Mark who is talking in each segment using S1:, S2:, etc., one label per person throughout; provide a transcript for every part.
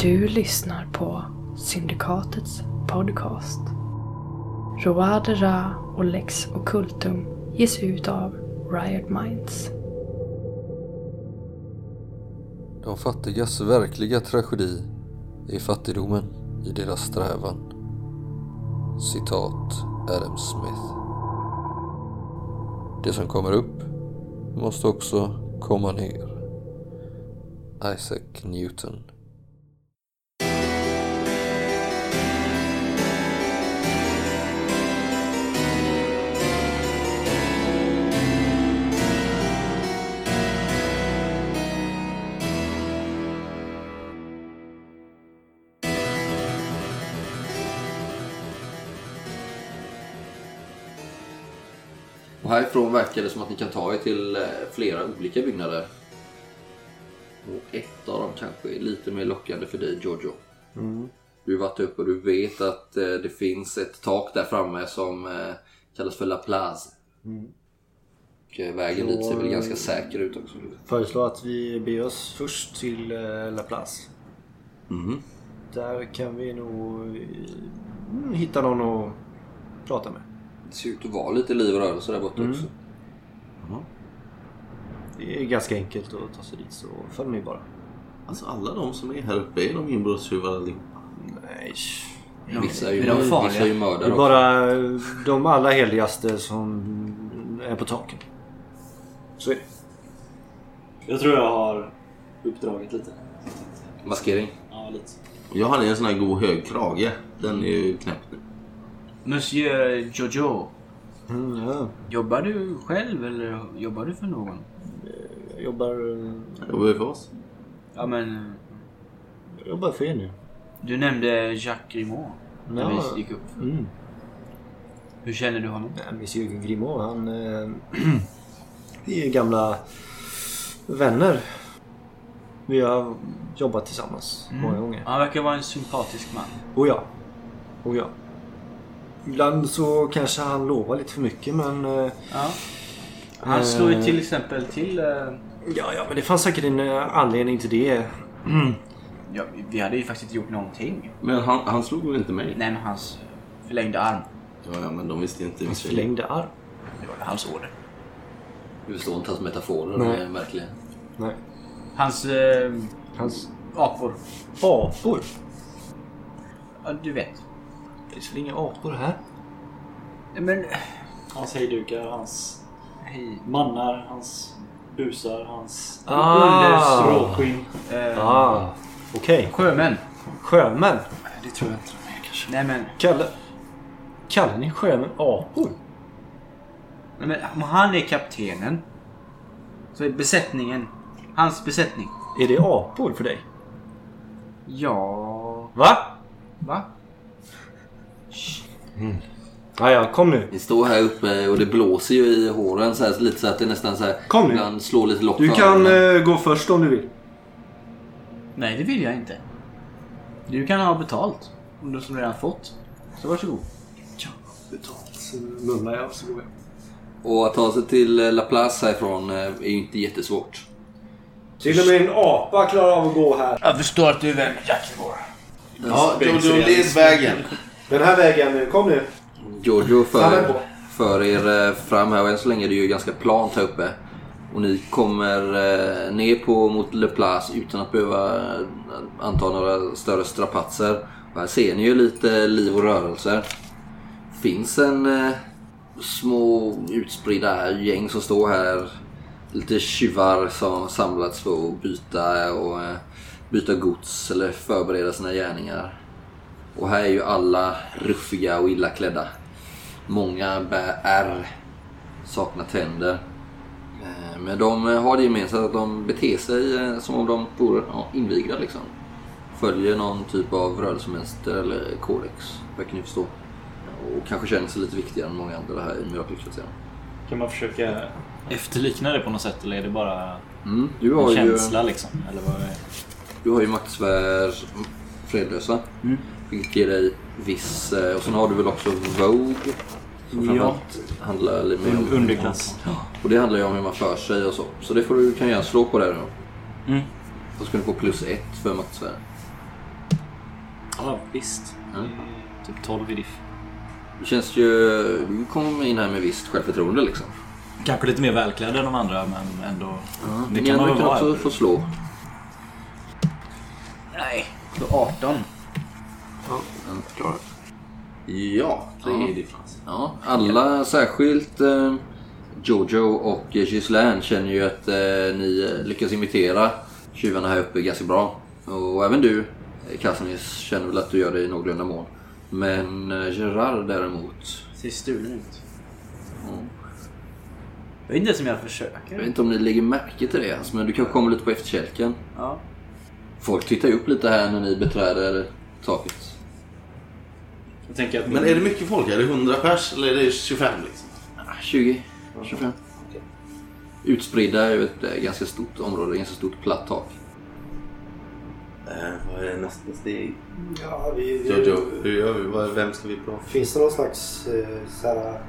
S1: Du lyssnar på Syndikatets podcast. Roade Ra och Lex Occultum ges ut av Riot Minds.
S2: De fattigas verkliga tragedi är fattigdomen i deras strävan. Citat Adam Smith. Det som kommer upp måste också komma ner. Isaac Newton. Och härifrån verkar det som att ni kan ta er till eh, flera olika byggnader. Och ett av dem kanske är lite mer lockande för dig Giorgio.
S3: Mm,
S2: Du har varit uppe och du vet att eh, det finns ett tak där framme som eh, kallas för La Plaza.
S3: mm.
S2: Och eh, vägen dit ser väl ganska säker ut också.
S3: Föreslår att vi beger oss först till eh, La Place.
S2: Mhm.
S3: Där kan vi nog eh, mm, hitta någon att prata med.
S2: Det ser ut att vara lite liv och rörelse där
S3: Mm.
S2: borta också.
S3: Det är ganska enkelt att ta sig dit så följ mig bara.
S4: Alltså alla de som är här uppe, är de inbrottstjuvar allihopa?
S3: Nej.
S2: Vissa är ju,
S5: Är de farliga?
S2: vissa är ju
S3: Det
S2: mördare
S3: är
S2: också.
S3: bara de allra heligaste som är på taken. Så är det.
S5: Jag tror jag har uppdraget lite.
S2: Maskering.
S5: Ja, lite.
S4: Jag hade en sån här god hög krage. Den är ju knäpp nu.
S5: Monsieur Jojo,
S3: Mm, ja.
S5: jobbar du själv eller jobbar du för någon?
S3: Jag jobbar, eh,
S4: Det var ju för oss.
S5: Ja, men
S3: jag jobbar för er nu.
S5: du nämnde Jacques Grimaud när
S3: Ja.
S5: vi gick upp.
S3: Mm.
S5: Hur känner du honom?
S3: Nej, Monsieur Grimaud, han... Eh, vi är ju gamla vänner. Vi har jobbat tillsammans många gånger.
S5: Han verkar vara en sympatisk man.
S3: Och ja. Och ja. Ibland så kanske han lovar lite för mycket men... eh,
S5: Ja. Han slår ju
S3: Eh.
S5: till exempel till... eh,
S3: Ja, ja, men det fanns säkert en eh, anledning till det.
S5: Ja, vi hade ju faktiskt inte gjort någonting.
S4: Men han, han slog väl inte mig?
S5: Nej, men hans förlängda arm.
S4: Ja, ja, men de visste inte.
S3: Hans
S4: vilka-
S3: förlängda arm.
S5: Det var ju hans order.
S2: Du förstår inte hans metaforer, eh, de
S3: Nej.
S2: är märkliga.
S3: Nej.
S5: Hans eh,
S3: Hans
S5: apor.
S3: apor.
S5: Ja, du vet.
S3: Det finns väl inga apor här?
S5: Nej, Men...
S6: Hans hejdukar, hans
S5: Hej.
S6: mannar, hans busar, hans
S3: Ah.
S6: stråskinn.
S5: Eh,
S3: Ah, okej.
S5: Sjömän.
S3: Sjömän.
S5: Det tror jag inte de är kanske. Nej men,
S3: Kallar, kallar ni sjömän apor?
S5: nej men om han är kaptenen. Så är besättningen. Hans besättning.
S3: Är det apor för dig?
S5: Ja...
S3: Va?
S5: Va?
S3: Ja, ja, kom nu.
S2: Ni står här uppe och det blåser ju i håren så här, lite så att det nästan så här,
S3: Kom nu.
S2: ibland slår lite lock
S3: Du
S2: för
S3: kan
S2: öronen.
S3: eh, gå först om du vill.
S5: Nej det vill jag inte. Du kan ha betalt. Om du som redan fått. Så varsågod.
S3: Mumlar jag så går jag.
S2: Och att ta sig till eh, La Place härifrån eh, är ju inte jättesvårt.
S3: Till och med en apa klarar av att gå här.
S5: Jag förstår att du är vän med Jack
S4: Ja, Jojo, les vägen.
S3: Den här vägen nu, kom nu.
S2: Giorgio
S3: Han är
S2: för,
S3: på.
S2: för er eh, fram här och än så länge är det ju ganska plant här uppe. Och ni kommer eh, ner på mot Le Place utan att behöva eh, anta några större strapatser. Och här ser ni ju lite liv och rörelser. Finns en eh, små utspridda gäng som står här. Lite tjuvar som har samlats för att byta och eh, byta gods eller förbereda sina gärningar. Och här är ju alla ruffiga och illa klädda. Många bär ärr, saknar tänder. Eh, Men de har det gemensamt att de beter sig eh, som om de vore ja, invigda liksom. Följer någon typ av rörelsemönster eller kodex, verkar ni förstå. Och kanske känner sig lite viktigare än många andra här i mirakelkvarteren.
S6: Kan man försöka efterlikna det på något sätt eller är det bara
S2: Mm, du,
S6: en
S2: har ju,
S6: känsla liksom? Eller vad är
S2: du har ju maktsfär fredlösa. Vilket ger dig viss... eh, Och sen har du väl också Vogue. Som framförallt handlar lite mer om...
S6: Underklass.
S2: Och det handlar ju om hur man för sig och så. Så det får du kan jag slå på det då.
S6: Mm.
S2: Då ska du få plus ett för maktsfären.
S6: Ja, visst.
S2: Mm.
S6: Typ 12 i diff.
S2: Det känns ju... Du kom in här med visst självförtroende liksom.
S6: Kanske lite mer välklädd än de andra, men ändå.
S2: Det kan man
S6: väl
S2: kan
S6: vara.
S2: också få slå.
S5: Nej. Då 18.
S4: Ja, det är differens.
S2: Ja, alla särskilt eh, Jojo och Gislaine känner ju att eh, ni eh, lyckas imitera tjuvarna här uppe ganska bra. Och även du, eh, Casimir, känner väl att du gör det i någorlunda mån. Men eh, Gerard däremot,
S5: Ser stulen ut. Jag vet inte ens om jag
S2: jag vet
S5: försöker.
S2: inte om ni lägger märke till det, alltså, men du kanske kommer lite på efterkälken.
S5: Ja.
S2: Folk tittar ju upp lite här när ni beträder taket.
S6: Jag tänker att
S4: Men är det mycket folk? Är det 100 pers eller är det 25 liksom?
S2: Ah, 20, 25. Utspridda över ett eh, ganska stort område, ganska stort platt tak.
S4: Eh, vad är nästa steg?
S7: Ja, vi, vi,
S4: Jojo, hur gör vi? Vad- Vem ska vi prata
S7: Finns det någon slags eh, så här,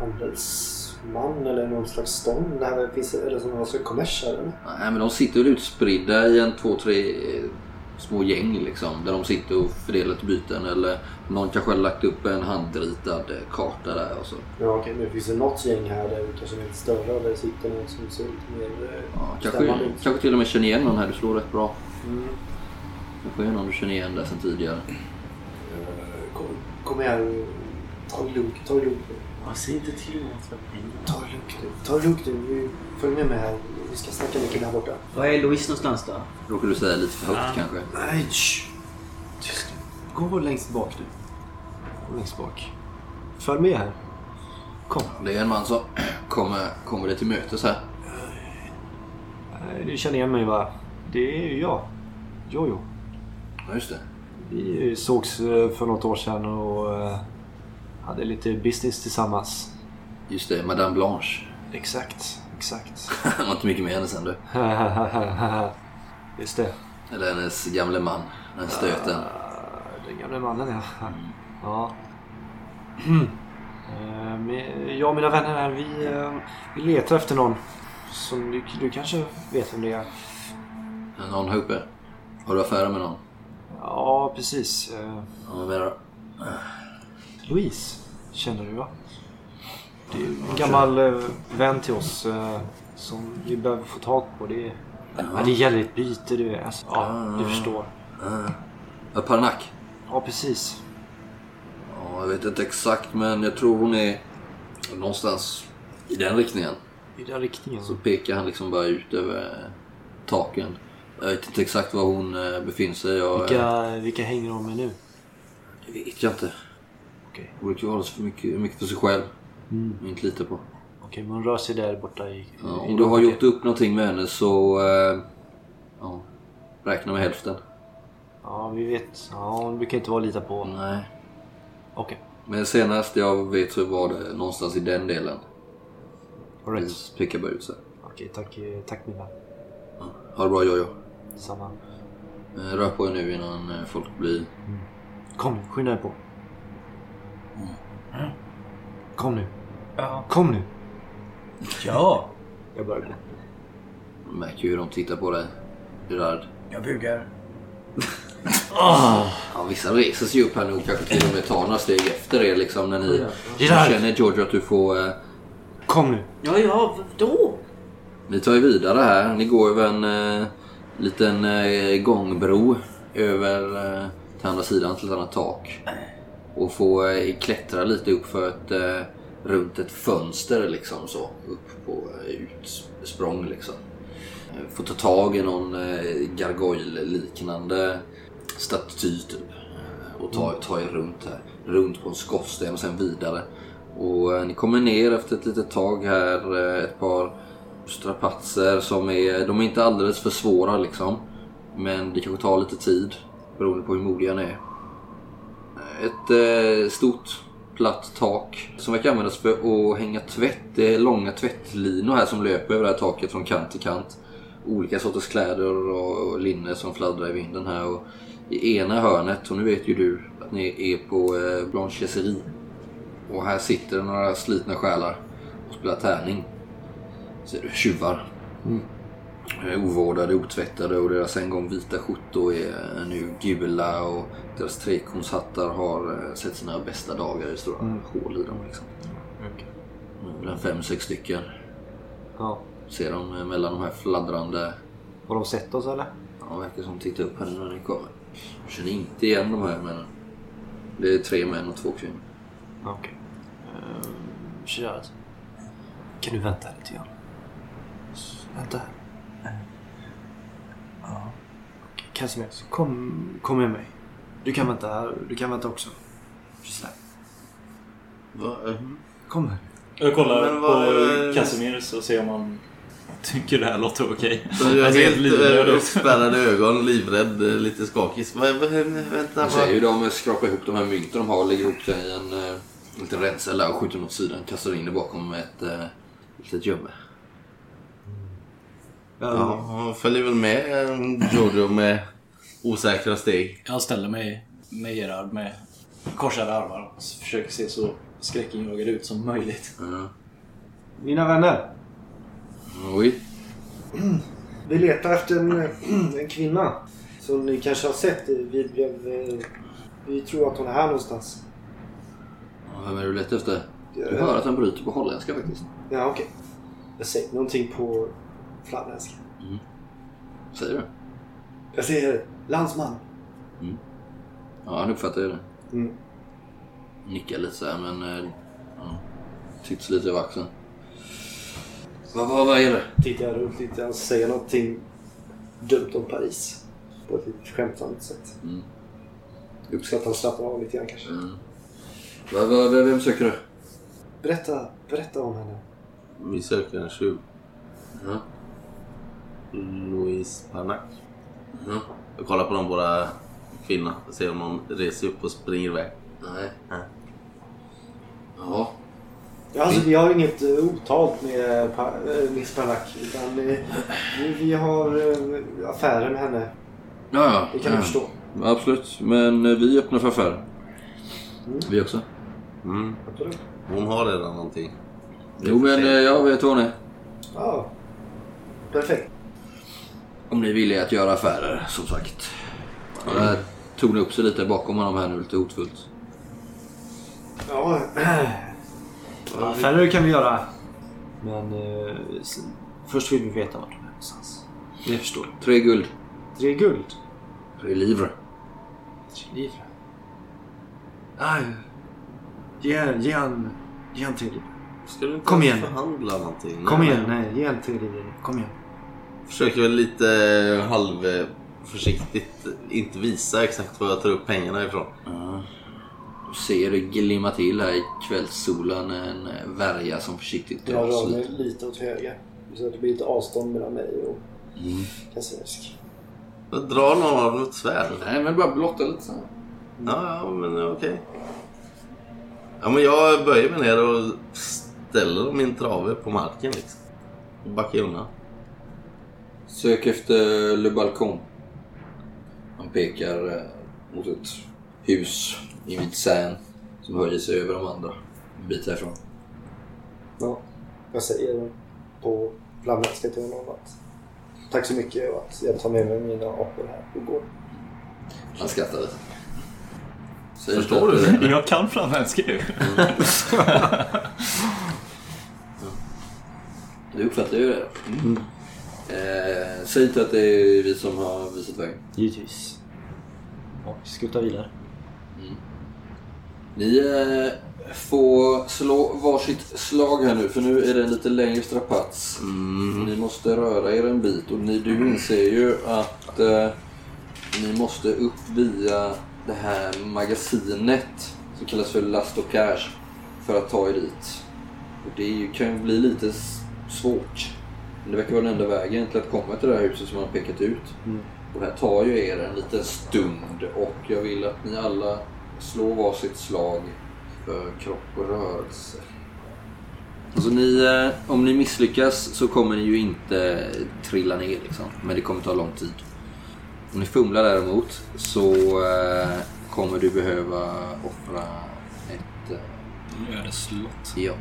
S7: handelsman eller någon slags stånd? Där det finns, eller som någon slags kommers här eller?
S2: Ah, Nej, men de sitter väl utspridda i en två, tre eh, små gäng liksom. Där de sitter och fördelar till byten. Eller någon kanske har lagt upp en handritad eh, karta där. Och så.
S7: Ja, okej, men finns det något gäng här där vi kanske är lite större och där det sitter någon som ser lite mer... eh,
S2: Ja, kanske,
S7: stämmande ut?
S2: kanske till och med känner igen någon här. Du slår rätt bra.
S7: Mm.
S2: Kanske är någon du känner igen där sen tidigare.
S7: Eh, Kom, kom igen, ta det lugnt, ta det lugnt. nu.
S5: Säg inte till någon att jag
S7: Ta det lugnt nu, ta det lugnt nu. Vi- Följ med mig här, vi ska snacka med killen här borta.
S5: Var är Louise någonstans då?
S2: Råkar du säga lite för högt kanske.
S7: Nej, shh.
S3: Gå längst bak du. Gå längst bak. Följ med här. Kom.
S2: Det är en man som kommer, kommer dig till mötes här.
S3: Nej, Du känner igen mig va? Det är ju jag. Jojo.
S2: Ja, just det.
S3: Vi sågs eh, för något år sedan och eh, hade lite business tillsammans.
S2: Just det, Madame Blanche.
S3: Exakt, exakt.
S2: Det var inte mycket med henne sen du.
S3: Just det.
S2: Eller hennes gamle man. Den stöten.
S3: Eh, Den gamle mannen ja.
S2: Mm.
S3: ja. Eh, men Jag och mina vänner här, vi, eh, vi letar efter någon. Som du, du kanske vet vem det är?
S2: Någon här uppe. Har du affärer med någon?
S3: Ja, precis. Eh,
S2: Ja, vad menar du?
S3: Louise känner du va? Det är en gammal eh, vän till oss eh, som vi behöver få tag på. Det, är, ja, det gäller ett byte du. Alltså, ja,
S2: Ah.
S3: du förstår.
S2: Ja, Parnack.
S3: Ja, precis.
S2: Ja, jag vet inte exakt men jag tror hon är någonstans i den riktningen.
S3: I den riktningen.
S2: Så pekar han liksom bara ut över taken. Jag vet inte exakt var hon eh, befinner sig. Jag,
S3: Vilka, vilka hänger de med nu?
S2: Det vet jag inte.
S3: Okej.
S2: Hon brukar hålla sig för mycket, mycket för sig själv.
S3: Mm.
S2: Och inte lita på.
S3: Okej, men hon rör sig där borta i...
S2: Ja,
S3: i
S2: om du har gjort upp någonting med henne så... Eh, ja, räkna med hälften.
S3: Ja, vi vet. Ja, hon brukar inte vara att lita på.
S2: Nej.
S3: Okej,
S2: Men senast jag vet så var det någonstans i den delen.
S3: all right.
S2: Det Pekar bara ut så. här.
S3: Okej, tack, eh, tack mina.
S2: Ha det bra Jojo.
S3: Detsamma.
S2: Eh, Rör på er nu innan eh, folk blir...
S3: Kom nu, skynda er på. Kom nu. Kom nu.
S5: Ja,
S3: Jag börjar gå.
S2: Man märker ju hur de tittar på dig, Gerard.
S5: jag bugar.
S2: Ja, vissa reser sig upp här nu och kanske till och med tar några steg efter er liksom när ni
S3: Gerard!
S2: känner George att du får... Eh,
S3: Kom nu.
S5: Ja, ja, då?
S2: ni tar ju vidare här. Ni går över en eh, liten eh, gångbro över eh, till andra sidan till ett annat tak. Och får eh, klättra lite upp för ett... Eh, runt ett fönster liksom så. Upp på eh, utsprång liksom. Eh, Får ta tag i någon eh, gargoyle-liknande staty typ. Eh, Och ta, ta er runt här. Runt på en skorsten och sen vidare. Och eh, ni kommer ner efter ett litet tag här. eh, Ett par strapatser som är, de är inte alldeles för svåra liksom. Men det kanske tar lite tid beroende på hur modiga ni är. Ett eh, stort platt tak som verkar användas för att hänga tvätt. Det är långa tvättlinor här som löper över det här taket från kant till kant. Olika sorters kläder och och linne som fladdrar i vinden här. Och I ena hörnet, och nu vet ju du att ni är på eh, blanchisserie. Och här sitter några slitna själar och spelar tärning. Ser du tjuvar. eh, ovårdade, otvättade och deras en gång vita skjortor är eh, nu gula och deras trekornshattar har eh, sett sina bästa dagar i stora hål i dem. Liksom. Det är väl en fem, sex stycken
S3: Ja.
S2: ser de eh, mellan de här fladdrande
S3: Har de sett oss eller?
S2: Ja, verkar som tittar upp här nu när ni kommer. Jag känner inte igen de här männen. Det är tre män och två kvinnor.
S3: Ja, okej. Shirad. Kan du vänta lite grann? S- Vänta här. Ja. Okej, Casimir, så kom, kom med mig. Du kan vänta här. Du kan vänta också. Gisela,
S4: Va? eh,
S3: kom här.
S6: Jag kollar
S4: Men vad-
S6: på Casimirs och ser om han tycker det här låter okej.
S4: Jag är
S6: Alltså, helt
S4: helt
S6: livrädd
S4: eh,
S6: också.
S4: uppspärrade ögon, livrädd, eh, lite skakig. Va- va- Vänta,
S2: Man ser
S4: vad...
S2: ju dem skrapa ihop de här mynten de har, lägger ihop det i en eh, liten ränsel och skjuter dem åt sidan. Kastar in det bakom ett eh, litet gömme.
S3: Eh,
S4: Ja, han följer väl med eh, Jojo med osäkra steg.
S5: Jag ställer mig med Gerard med korsade armar och försöker se så skräckinjagad ut som möjligt.
S2: Ja.
S3: Mina vänner.
S2: Oj.
S7: Vi letar efter en, eh, en kvinna. Som ni kanske har sett. Vi, blev, eh, vi tror att hon är här någonstans.
S2: Vem är du letar efter? Du
S7: Eh,
S2: hör att han bryter på holländska faktiskt.
S7: Ja, okej. Jag säger någonting på flamländska.
S2: Säger du?
S7: Jag säger landsman.
S2: Ja, han uppfattar ju det.
S7: Mm.
S2: Nickar lite så här, men... Eh, ja, tittar lite över axeln. Vad, vad, vad är det?
S7: Tittar jag runt lite. Han säger någonting dumt om Paris. På ett lite skämtsamt sätt.
S2: Mm.
S7: Så att han slappnar av lite grann kanske.
S2: Mm. Vad- vad- vem- vem söker du?
S7: Berätta, berätta om henne.
S4: Vi söker en tjuv.
S2: Ja.
S4: Louise Panak.
S2: Ja.
S4: Jag kollar på de båda kvinnorna och ser om de reser upp och springer iväg.
S2: Nej.
S4: Nej.
S2: Ja.
S7: Ja, alltså, vi har inget eh, otalt med eh, Pa- eh, Miss Panak. Utan eh, vi, vi har eh, affärer med henne.
S2: Ja, ja.
S7: Det kan du
S2: ja.
S7: förstå.
S2: Absolut. Men eh, vi öppnar för affärer. Vi också.
S4: Mm.
S7: Absolut.
S4: Hon har redan någonting. Det är
S2: Jo,
S4: för
S2: men
S4: sent.
S2: eh, jag vet vad ni är.
S7: Ja. Perfekt.
S2: Om ni är villiga att göra affärer, som sagt. Ja, Där tog ni upp sig lite bakom honom här nu, lite hotfullt.
S7: Ja.
S3: Affärer kan vi göra. Men eh, s- först vill vi veta vart de är någonstans. Det förstår jag.
S2: Tre guld.
S3: Tre guld.
S2: Tre livre.
S3: Tre livre. Ah, ge, ge han... Ge han tre livre.
S4: Ska du inte
S3: Kom
S4: ens
S3: igen.
S4: förhandla någonting?
S3: Kom
S4: Nej,
S3: igen,
S4: nej.
S3: nej. Ge en till i Kom igen.
S4: Försöker väl lite eh, halvförsiktigt inte visa exakt var jag tar upp pengarna ifrån.
S2: Du ser det glimma till här i kvällssolen. En eh, värja som försiktigt
S7: Jag
S2: dras
S7: rör mig
S2: lite.
S7: lite åt höger. Så att det blir lite avstånd mellan mig och
S2: Mm.
S7: Kassinevsk.
S4: Jag drar någon av dem ett svärd.
S2: Nej, men bara blotta lite så här.
S4: Ja, ja, men okej. Ja, men jag böjer mig ner och ställer min trave på marken liksom. Och backar undan.
S2: Sök efter Le Balcon. Han pekar eh, mot ett hus i Vincennes som höjer sig över de andra. En bit härifrån.
S7: Ja. Jag säger på flamländska till honom att tack så mycket och att jag tar med mig mina apor här och går.
S2: Han skrattar lite. Säger
S4: Förstår
S2: inte
S4: du
S2: att-
S4: det?
S6: Jag kan flamländska ju.
S2: Du uppfattar ju det.
S4: Mm.
S2: Eh, säg inte att det är vi som har visat vägen.
S3: Givetvis. Ja, vi skuttar vidare.
S2: Ni eh, får slå varsitt slag här nu för nu är det en lite längre strapats. Ni måste röra er en bit och ni, du inser ju att eh, ni måste upp via det här magasinet som kallas för last och cash för att ta er dit. Och det är ju, kan ju bli lite s- svårt. Men det verkar vara den enda vägen till att komma till det här huset som man har pekat ut. Och det här tar ju er en liten stund och jag vill att ni alla slår varsitt slag för kropp och rörelse. Alltså ni, eh, om ni misslyckas så kommer ni ju inte trilla ner liksom. Men det kommer ta lång tid. Om ni fumlar däremot så eh, kommer du behöva offra ett... eh,
S6: Nu är det slott.
S2: Ja.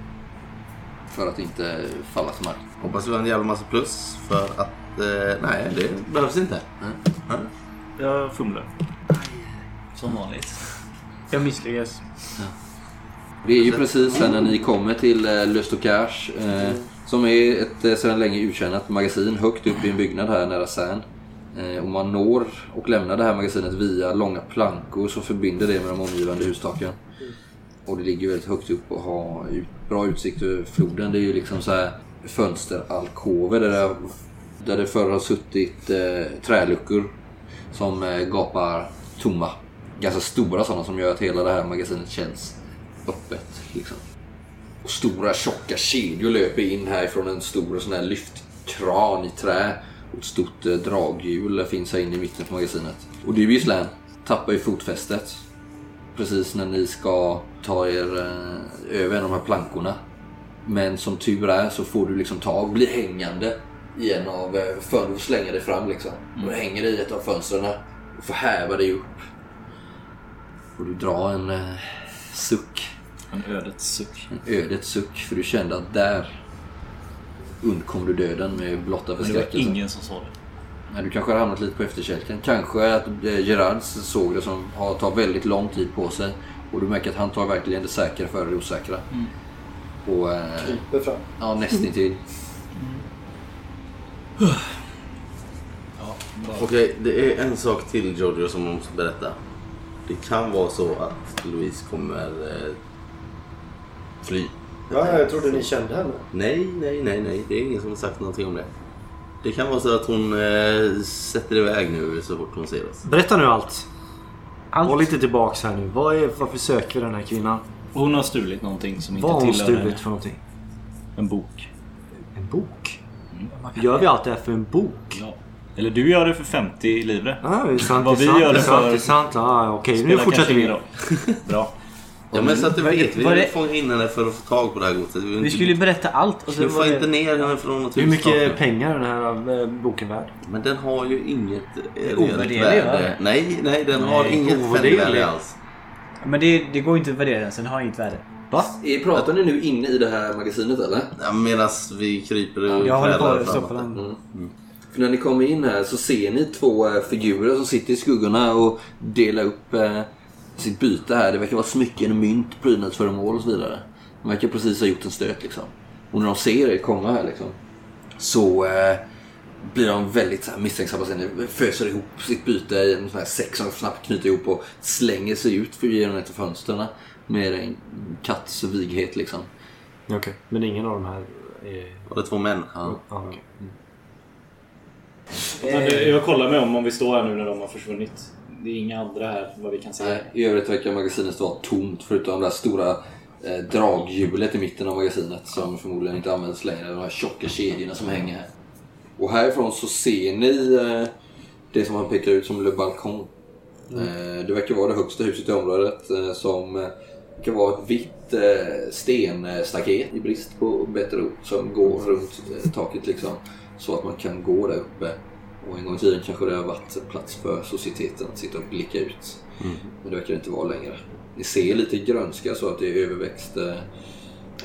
S2: För att inte falla till marken.
S4: Hoppas vi har en jävla massa plus för att... Eh, nej, det behövs inte.
S6: Jag fumlar.
S5: Som vanligt. Jag misslyckas.
S2: Det är ju precis här när ni kommer till eh, Lust och Cash. Eh, som är ett eh, sedan länge uttjänat magasin högt upp i en byggnad här nära Särn. Eh, och man når och lämnar det här magasinet via långa plankor som förbinder det med de omgivande hustaken. Och det ligger ju väldigt högt upp och har ju bra utsikt över floden. Det är ju liksom så här fönsteralkover där det, där det förr har suttit eh, träluckor som eh, gapar tomma. Ganska stora sådana som gör att hela det här magasinet känns öppet. Liksom. Och stora tjocka kedjor löper in här från en stor sån här lyftkran i trä. Och ett stort eh, draghjul finns här inne i mitten på magasinet. Och Dubisland tappar ju fotfästet precis när ni ska ta er eh, över en av de här plankorna. Men som tur är så får du liksom tag, bli hängande i en av eh, fönstren och slänga dig fram liksom.
S6: Mm.
S2: Du hänger i ett av fönstren och får häva dig upp. Och du drar en eh, suck,
S6: En ödets suck.
S2: en ödets suck för du kände att där undkom du döden med blotta
S6: Men det var
S2: förskräckelsen.
S6: ingen som sa det.
S2: Nej, du kanske har hamnat lite på efterkälken. Kanske att eh, Gerard såg det som har tar väldigt lång tid på sig. Och du märker att han tar verkligen det säkra före det osäkra. Och eh,
S7: Kryper fram.
S2: ja, nästintill.
S4: Okej, det är en sak till Giorgio som jag måste berätta. Det kan vara så att Louise kommer eh, fly.
S7: Ja, jag trodde ni kände henne.
S4: Nej, nej, nej, nej. Det är ingen som har sagt någonting om det. Det kan vara så att hon eh, sätter iväg nu så fort hon ser oss.
S3: Berätta nu allt.
S5: Allt.
S3: Var lite tillbaks här nu. Vad är, varför söker vi den här kvinnan?
S6: Hon har stulit någonting som inte
S3: Vad har hon
S6: tillhör
S3: stulit
S6: henne.
S3: för någonting?
S6: En bok.
S3: En bok? Gör vi allt det här för en bok?
S6: Ja. Eller du gör det för 50 livre.
S3: Ah, det är sant, det
S6: Vad
S3: är
S6: vi
S3: sant,
S6: gör
S3: det
S6: det
S3: är sant,
S6: för-
S3: det är sant. Ah, Okej, nu
S6: Spelar
S3: fortsätter
S6: kanske
S3: vi.
S6: ingen roll. Bra.
S4: Ja, men så att du vet. Vi
S5: var
S4: vill
S5: det-
S4: fånga in henne för att få tag på det här godset. Vi, vill
S5: Vi
S4: inte-
S5: skulle ju berätta allt
S4: vi
S5: och sen var
S4: får inte
S5: det...
S4: ner henne från något
S3: Hur mycket
S4: hustak nu.
S3: pengar är den här eh, boken värd?
S4: Men den har ju inget eh,
S5: ovärderlig,
S4: reellt
S5: va?
S4: värde. Nej, nej, den har inget
S3: ovärderlig.
S4: penningvärde alls.
S5: Men det, det går inte att värdera den, så den har inget värde.
S3: Va?
S2: Eh, Pratar ni nu inne i det här magasinet eller?
S4: Ja, Medan vi kryper och
S5: Jag håller på
S4: klädrar
S5: att
S4: framåt.
S5: stoppa den.
S2: För när ni kommer in här så ser ni två eh, figurer som sitter i skuggorna och delar upp eh, sitt byte här. Det verkar vara smycken, mynt, prydnadsföremål och så vidare. De verkar precis ha gjort en stöt liksom. Och när de ser er komma här liksom så eh, blir de väldigt så här, misstänksamma. Sen föser ihop sitt byte i en sån här säck som de snabbt knyter ihop och slänger sig ut för genom ett av fönstren med en katts vighet liksom.
S3: Okej. Men ingen av de här är...
S4: Var det två män?
S2: Ja.
S3: Ah, okej.
S6: Men eh, jag kollar mig om om vi står här nu när de har försvunnit. Det är inga andra här vad vi kan se.
S2: Nej, I övrigt verkar magasinet vara tomt förutom det där stora eh, draghjulet i mitten av magasinet som förmodligen inte används längre. De här tjocka kedjorna som hänger här. Och härifrån så ser ni eh, det som han pekar ut som Le Balcon.
S4: Mm.
S2: Eh, det verkar vara det högsta huset i området eh, som eh, verkar vara ett vitt eh, stenstaket i brist på bättre ord som går
S4: Mm.
S2: runt eh, taket liksom. Så att man kan gå där uppe. Och en gång i tiden kanske det har varit plats för societeten att sitta och blicka ut.
S4: Mm.
S2: Men det verkar det inte vara längre. Ni ser lite grönska så att det är överväxt eh,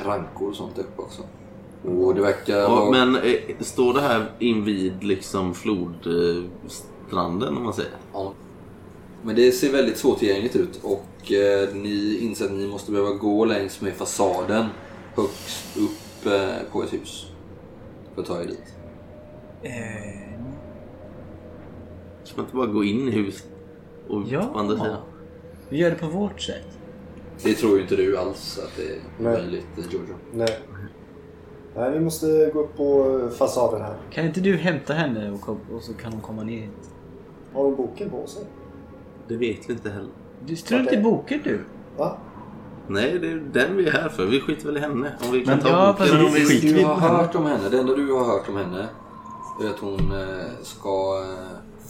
S2: rankor och sånt där uppe också. Och det verkar
S4: Ja,
S2: vara...
S4: men eh, står det här invid liksom flodstranden om man säger?
S2: Ja. Men det ser väldigt svårtillgängligt ut och eh, ni inser att ni måste behöva gå längs med fasaden högst upp eh, på ett hus. För att ta er dit.
S5: Eh,
S4: Kan man inte bara gå in i huset? Och
S5: Ja.
S4: på andra sidan?
S5: vi gör det på vårt sätt.
S2: Det tror ju inte du alls att det är
S7: Nej.
S2: möjligt, eh, Giorgio.
S7: Nej. Nej, vi måste gå upp på fasaden här.
S5: Kan inte du hämta henne och, kom, och så kan hon komma ner hit?
S7: Har hon boken på sig?
S4: Det vet vi inte heller.
S5: Du strunt i
S7: Okej.
S5: boken du.
S7: Va?
S4: Nej, det är den vi är här för. Vi skiter väl i henne. Om vi kan
S5: Men
S4: ta
S5: ja,
S4: boken.
S5: fast
S4: Men om
S5: vi-
S4: vi
S5: Skit
S2: Du
S5: i
S2: har
S5: henne.
S2: hört om henne. Det enda du har hört om henne är att hon eh, ska eh,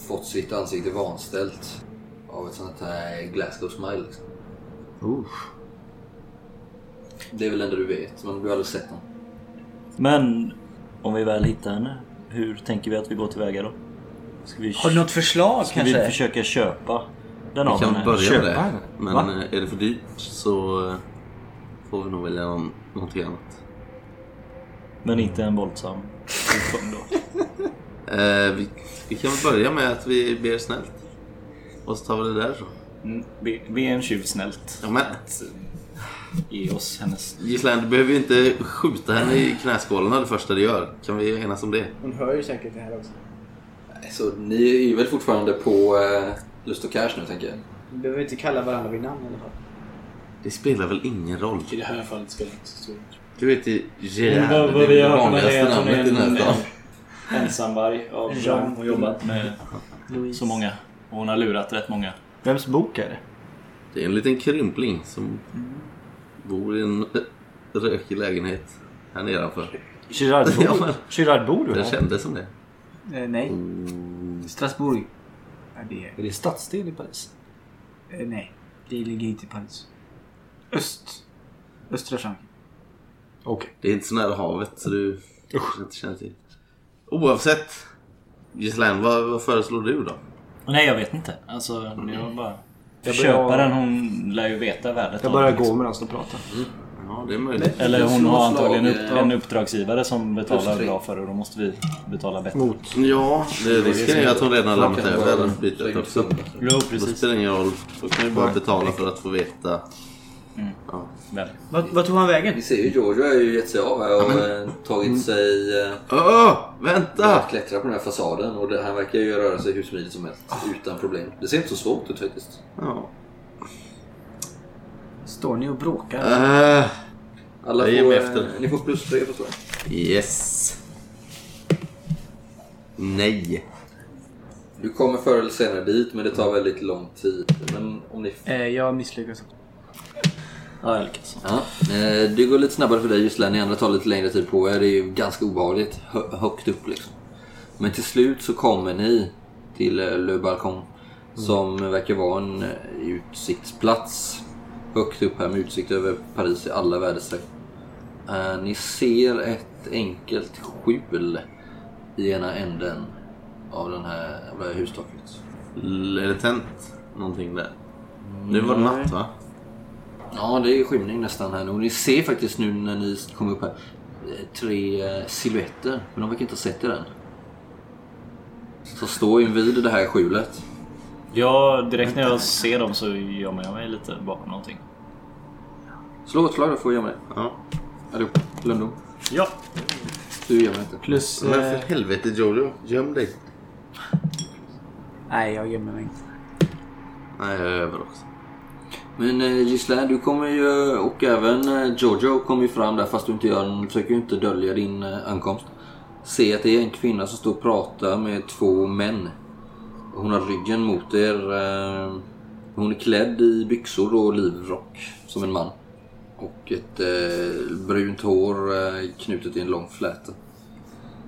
S2: fått sitt ansikte vanställt av ett sånt här Glasgow smile. Liksom. Det är väl det enda du vet, men du har aldrig sett honom.
S8: Men om vi väl hittar henne, hur tänker vi att vi går tillväga då? Ska vi,
S5: Har du något förslag
S8: ska vi
S5: kanske?
S8: försöka köpa den av
S4: Vi kan
S8: henne?
S4: börja med
S3: Köpa
S4: det.
S3: henne.
S4: Men
S8: Va?
S4: eh, är det för dyrt så eh, får vi nog välja någon, någonting annat.
S8: Men inte en våldsam utgång då.
S4: Eh, vi, vi kan väl börja med att vi ber snällt. Och så tar vi det där så.
S8: Mm, Be, be en tjuv snällt
S4: Ja, men,
S8: att ge oss hennes...
S4: Gislaine, du behöver ju inte skjuta henne i knäskålarna det första du gör. Kan vi enas om det?
S9: Hon hör ju säkert det här också.
S2: Så ni är ju väl fortfarande på eh, Lust och Cash nu tänker jag?
S9: Vi behöver inte kalla varandra vid namn i alla fall.
S4: Det spelar väl ingen roll?
S6: I det här fallet spelar det inte så stor roll.
S4: Du vet ju
S6: Men vad-
S4: Gerard,
S6: vad
S4: det
S6: vi
S4: är
S6: har
S4: det
S6: hört med det är
S4: vanligaste
S6: att hon är
S4: namnet i den här
S6: en-
S4: staden.
S6: Ensamvarg av Jean och jobbat med...
S8: Så många. Och hon har lurat rätt många.
S9: Vems bok är det?
S4: Det är en liten krympling som bor i en eh, rökig lägenhet här nedanför.
S3: Girard
S4: Ja, men-
S3: bor, Girard bor du
S4: Det
S3: här?
S4: kändes som det.
S5: Eh, nej. Strasbourg. Ja, det är,
S3: Är det stadsdel i Paris?
S5: eh, nej, det ligger inte i Paris. Öst. Östra Frankrike.
S3: Okej.
S4: Det är inte så nära havet så du kanske inte känner till. Oavsett. Gislaine, vad, vad föreslår du då?
S8: Och nej, jag vet inte. Alltså, jag bara...
S3: Mm. Jag börjar-
S8: Köparen hon lär ju veta värdet
S3: Jag
S8: av det,
S3: börjar gå
S8: liksom.
S3: medan de pratar.
S4: Ja, det är möjligt.
S8: Eller hon
S2: Slå
S8: har
S2: slag,
S8: antagligen
S2: eh,
S8: upp, en uppdragsgivare som betalar
S2: Plus tre.
S8: bra för det och då måste vi betala bättre.
S3: Mot.
S4: Ja, det risken är ju att hon redan ramlat över bitet också.
S8: Jo,
S4: Då
S8: precis.
S4: spelar det ingen roll. Då kan vi bara betala för att få veta.
S8: Väl.
S5: Vad, vad tog han
S2: Vi
S5: vägen?
S2: ser ju Giorgio har ju gett sig av här och eh,
S4: Mm.
S2: tagit sig... eh,
S4: Åh,
S2: att
S4: vänta!
S2: klättra på den här fasaden och det, han verkar ju röra sig hur smidigt som helst utan problem. Det ser inte så svårt ut faktiskt.
S4: Ja.
S5: Står ni och bråkar?
S4: Eh,
S2: Alla
S4: Jag ger
S2: får,
S4: mig
S2: eh,
S4: efter.
S2: Ni får plus tre förstår jag.
S4: yes. Nej.
S2: Du kommer förr eller senare dit men det tar väldigt lång tid. Men om ni...
S9: Eh, jag misslyckas.
S8: Ja, jag lyckas.
S2: Ja, eh, det går lite snabbare för dig just Lenny, andra tar lite längre tid på er. Det är ju ganska obehagligt hö- högt upp liksom. Men till slut så kommer ni till eh, Le Balcon som verkar vara en eh, utsiktsplats högt upp här med utsikt över Paris i alla väderstreck. Eh, Ni ser ett enkelt skjul i ena änden av, den här, av det här hustaket.
S4: L- Är det tänt någonting där? Nu var det natt va?
S2: Ja, det är skymning nästan här nu. Och ni ser faktiskt nu när ni kommer upp här eh, tre eh, silhuetter, men de verkar inte ha sett er än. Så står invid det här skjulet.
S8: Ja, direkt när jag ser dem så gömmer jag mig lite bakom någonting.
S2: Slå ett slag då får jag med
S4: Ja.
S2: Allihop. Lundom.
S8: Ja.
S2: Du gömmer inte.
S9: Plus...
S4: Men
S9: Eh,
S4: för helvete Jojo, göm dig.
S5: Nej, jag gömmer mig inte.
S4: Nej, jag är över också.
S2: Men eh, Gislaine, du kommer ju och även eh, Jojo kommer ju fram där fast du inte gör du försöker ju inte dölja din eh, ankomst. Se att det är en kvinna som står och pratar med två män. Hon har ryggen mot er. eh, Hon är klädd i byxor och livrock som en man. Och ett eh, brunt hår eh, knutet i en lång fläta.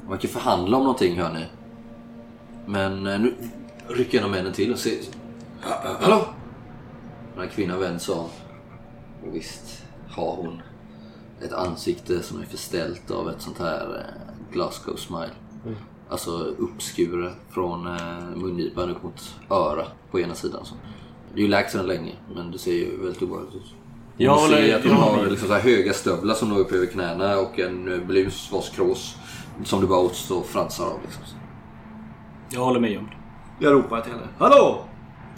S2: De verkar förhandla om någonting hör ni. Men eh, nu rycker en av männen till och ser... Ha- Hallå? Den här kvinnan vänder sig om. Och visst har hon ett ansikte som är förställt av ett sånt här eh, Glasgow smile. Alltså uppskuret från eh, mungipan upp mot örat på ena sidan. Så. Det är ju läkt sedan länge men det ser ju väldigt obehagligt ut.
S8: Jag
S2: Jag ser
S8: håller-
S2: att hon
S8: jag
S2: har
S8: håller-
S2: liksom så här höga stövlar som når upp över knäna och en eh, blus vars krås som du bara återstår fransar av. Liksom.
S8: Jag håller mig gömd.
S3: Jag ropar till henne. Hallå!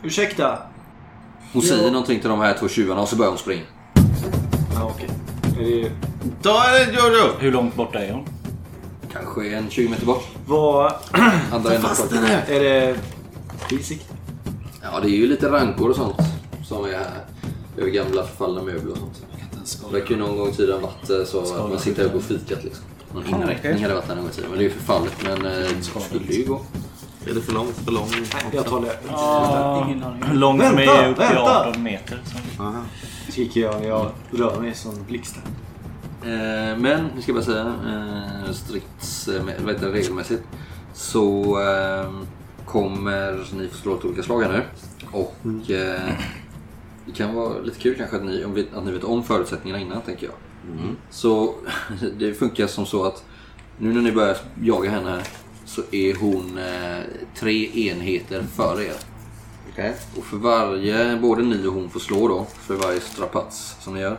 S3: Ursäkta!
S2: Hon säger någonting till de här två tjuvarna och så börjar hon springa.
S3: Ja, okej. Är det...
S4: Ta den Jojo!
S8: Hur långt borta är hon?
S2: Kanske en 20 meter bort.
S3: Vad...
S2: Andra änden av klockan.
S3: Är det... Fysik?
S2: Ja, det är ju lite rankor och sånt som är här. Över gamla förfallna möbler och sånt. Det verkar ju någon gång i tiden ha varit eh, så att man sitter upp och fikat liksom. Någon inrättning hade varit där någon gång i tiden. Men det är ju förfallet. Men eh, det skulle ju gå.
S4: Är det för långt? För långt?
S3: Jag tar det.
S5: Ingen aning.
S8: Hur långt
S3: Vänta,
S8: vänta, är upp till
S3: vänta!
S8: 18 meter? Så.
S3: Skriker jag när jag rör mig som blixtar.
S2: Eh, men, vi ska bara säga, eh, strikt, eh, vad heter det, regelmässigt så eh, kommer ni få slå åt olika slag här nu. Och eh, det kan vara lite kul kanske att ni, om vi- att ni vet om förutsättningarna innan tänker jag. Så det funkar som så att nu när ni börjar jaga henne här så är hon eh, tre enheter före er. Och för varje, både ni och hon får slå då, för varje strapats som ni gör.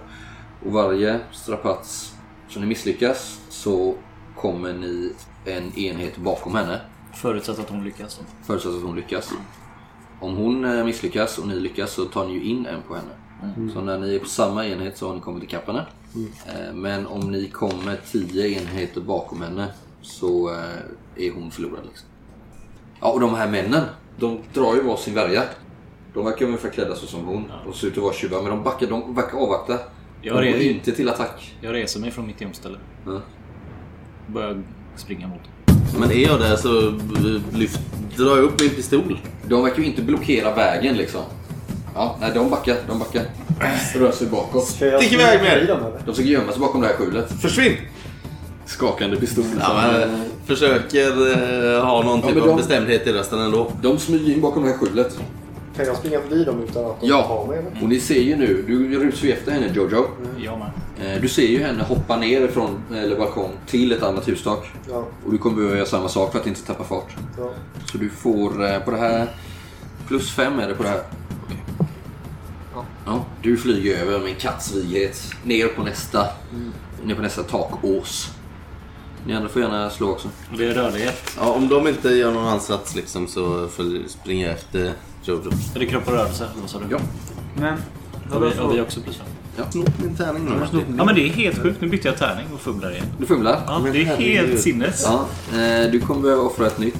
S2: Och varje strapats som ni misslyckas så kommer ni en enhet bakom henne.
S8: Förutsatt att hon lyckas. Då.
S2: Förutsatt att hon lyckas. Om hon eh, misslyckas och ni lyckas så tar ni ju in en på henne. Så när ni är på samma enhet så har ni kommit ikapp henne. Eh, Men om ni kommer 10 enheter bakom henne så eh, är hon förlorad. Liksom. Ja, och de här männen, de drar ju var sin värja. De verkar ungefär klädda så som hon. De ser ut att vara tjuvar, men de, backar, de verkar avvakta. De
S8: Jag
S2: går
S8: reser-
S2: inte till attack.
S8: Jag reser mig från mitt gömställe.
S2: Ja.
S8: Börjar springa mot.
S4: Men är jag där så b- lyft, drar jag upp min pistol.
S2: De verkar ju inte blockera vägen liksom. Ja, nej, de backar. De backar. Rör sig bakåt.
S7: Ska jag
S4: Stick iväg med er!
S7: i dem eller?
S2: De försöker gömma sig bakom det här skjulet.
S4: Försvinn!
S2: Skakande pistol.
S4: Ja, men, eh, försöker eh, ha någon typ
S2: men
S4: av
S2: de-
S4: bestämdhet i rösten ändå.
S2: De smyger in bakom det här skjulet.
S7: Kan jag springa förbi dem utan att de tar
S2: Ja,
S7: mig? Eller?
S2: och ni ser ju nu, du rusar ju efter henne Jojo.
S5: Jag med.
S2: Eh, Du ser ju henne hoppa ner från eh, eller balkong till ett annat hustak.
S7: Ja,
S2: Och du kommer behöva göra samma sak för att inte tappa fart.
S7: ja.
S2: Så du får eh, på det här, plus fem är det på det här. Ja, du flyger över med en katts vighet ner på nästa, ner på nästa takås. Ni andra får gärna slå också.
S5: Och det är rörlighet.
S4: Ja, om de inte gör någon ansats liksom så följer- springer jag efter Jojo.
S5: Är det kropp och rörelse? Vad sa du?
S2: Ja.
S9: Men...
S5: Har vi, har vi också plus fem?
S4: Snott min tärning nu. Martin.
S5: Ja men det är helt sjukt. Nu bytte jag tärning och fumlar igen.
S2: Du fumlar.
S5: Ja, det är helt sinnes.
S2: Ja, eh, du kommer behöva offra ett nytt.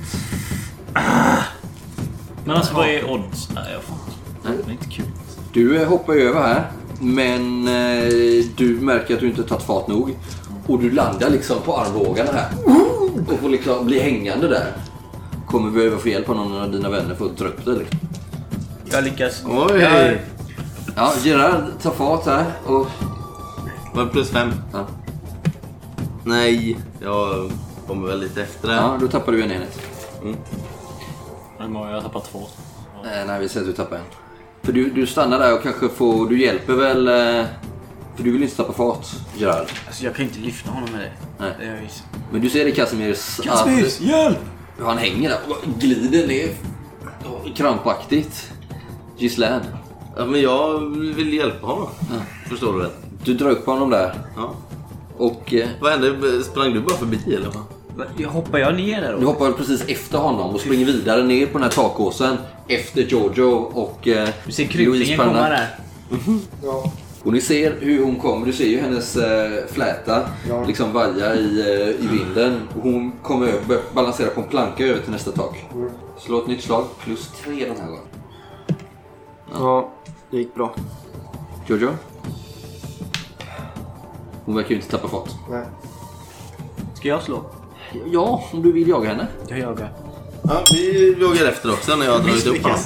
S5: Men alltså vad är odds? Nej, jag får
S2: Nej.
S5: Det är inte kul.
S2: Du eh, hoppar ju över här, men eh, du märker att du inte tagit fart nog. Och du landar liksom på armbågarna här. Och får liksom bli hängande där. Kommer behöva få hjälp av någon av dina vänner för att dra upp dig. liksom.
S5: Jag lyckas.
S4: Oj!
S2: Ja, Gerard tar fart här och...
S4: Var det plus fem?
S2: Ja,
S4: Nej, jag kommer väl lite efter det.
S2: ja då tappar du en enhet.
S5: Hur många? Jag har tappat två.
S2: Eh, nej, vi säger att du tappar en. För du, du stannar där och kanske får... Du hjälper väl... Eh, för du vill inte tappa fart, Gerard.
S5: Alltså jag kan inte lyfta honom med det.
S2: Nej.
S5: Det är ju-
S2: Men du ser det Casimirs...
S9: Kasper, hjälp!
S2: Hur han hänger där och glider ner krampaktigt. Gislaine,
S4: Ja, men jag vill hjälpa honom. Förstår du rätt?
S2: du drar upp honom där
S4: Ja.
S2: och eh,
S4: Vad hände? Sprang du bara förbi eller? vad?
S5: Va, jag Hoppar jag ner där
S2: du
S5: då?
S2: hoppar precis efter honom och springer vidare ner på den här takåsen efter Jojo och eh,
S5: Du ser
S2: Louise
S5: krypplingen
S2: Panna.
S5: komma där.
S7: ja.
S2: Och ni ser hur hon kommer, du ser ju hennes eh, fläta
S7: Ja.
S2: liksom vaja i, eh, i vinden. Och hon kommer ö- bör- balansera på en planka över till nästa tak. Slå ett nytt slag, plus tre den här gången.
S3: Ja, det gick bra.
S2: Jojo? Hon verkar ju inte tappa fart.
S7: Nej.
S5: Ska jag slå?
S2: Ja, om du vill jaga henne.
S5: Jag jagar.
S4: Ja, vi jagar efter också när jag har dragit upp honom.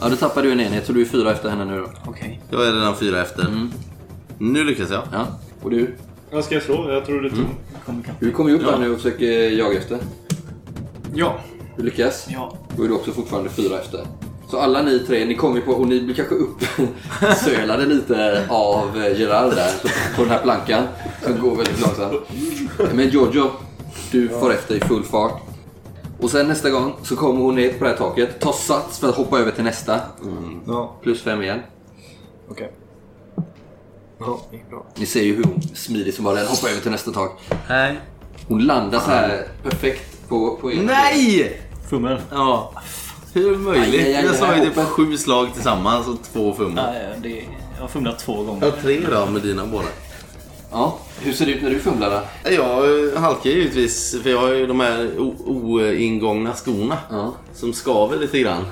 S2: Ja, då tappade du en enhet så du är fyra efter henne nu då.
S5: Okej.
S4: Jag är redan fyra efter.
S2: Mm.
S4: Nu lyckas jag.
S2: Ja. Och du? Mm.
S6: Vad ska jag slå? Jag tror det tog...
S2: Du kommer ju upp här nu och försöker jaga efter.
S9: Ja.
S2: Du lyckas.
S5: Ja.
S2: Då är du också fortfarande fyra efter. Så alla ni tre, ni kommer ju på, och ni blir kanske uppsölade lite av eh, Gerard där så- på den här plankan. Som går väldigt långsamt. Men Giorgio, du får efter i full fart. Och sen nästa gång så kommer hon ner på det här taket, tar sats för att hoppa över till nästa.
S6: Mm.
S3: Ja,
S2: Plus fem igen.
S3: okej. Ja, det gick bra.
S2: Ni ser ju hur hon smidigt som bara den hoppar över till nästa tak.
S5: Nej.
S2: Hon landar så här perfekt på, på ena
S4: Nej!
S5: Fummel.
S4: Ja. Hur möjligt?
S2: Aj, aj, aj,
S4: jag sa ju
S2: aj,
S4: typ
S2: aj.
S4: sju slag tillsammans och två fumlar.
S5: Nej, det, jag har fumlat två gånger.
S4: Jag har tre då med dina båda.
S2: Ja, hur ser det ut när du fumlar då?
S4: Jag eh, halkar ju givetvis för jag har ju de här o- oingångna skorna.
S2: Ja.
S4: Som skaver lite grann.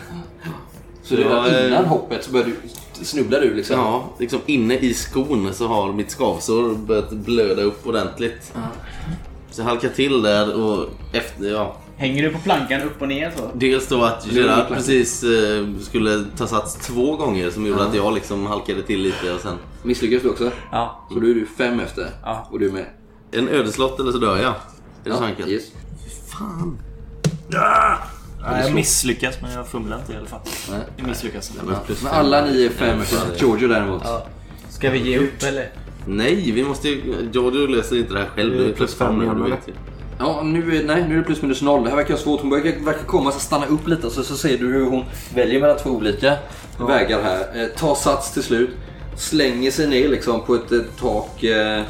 S2: Så det var
S4: Ja, eh,
S2: innan hoppet så började du, snubblar du liksom?
S4: Ja, liksom inne i skon så har mitt skavsår börjat blöda upp ordentligt. Så jag halkar till där och efter, ja.
S5: Hänger du på plankan upp och ner så?
S4: Dels då att
S2: är
S4: Gerard
S2: klart.
S4: precis eh, skulle ta sats två gånger som gjorde att jag liksom halkade till lite och sen
S2: Misslyckas du också?
S5: Ja.
S2: Så då är du fem efter.
S5: Ja.
S2: Och du är med.
S4: En ödeslott eller så dör jag. Är det så enkelt?
S2: yes.
S5: Nej, jag misslyckas men jag fumlar inte i alla fall.
S2: Nej.
S5: Jag misslyckas.
S4: Det var plus
S2: Men
S4: fem.
S2: alla ni är fem
S4: Ja,
S2: efter.
S4: det-
S2: Giorgio däremot.
S5: Ska vi ge upp eller?
S4: Nej, vi måste ju... Giorgio löser inte det här själv.
S3: Det är plus fem
S4: nu,
S3: igen,
S4: du
S3: eller?
S4: vet ju.
S2: Ja, nu, är, nej, nu är det plus minus noll. Det här verkar svårt. Hon verkar, verkar komma så stanna upp lite och så, så ser du hur hon väljer mellan två olika vägar här. Eh, tar sats till slut, slänger sig ner liksom på ett eh, tak eh,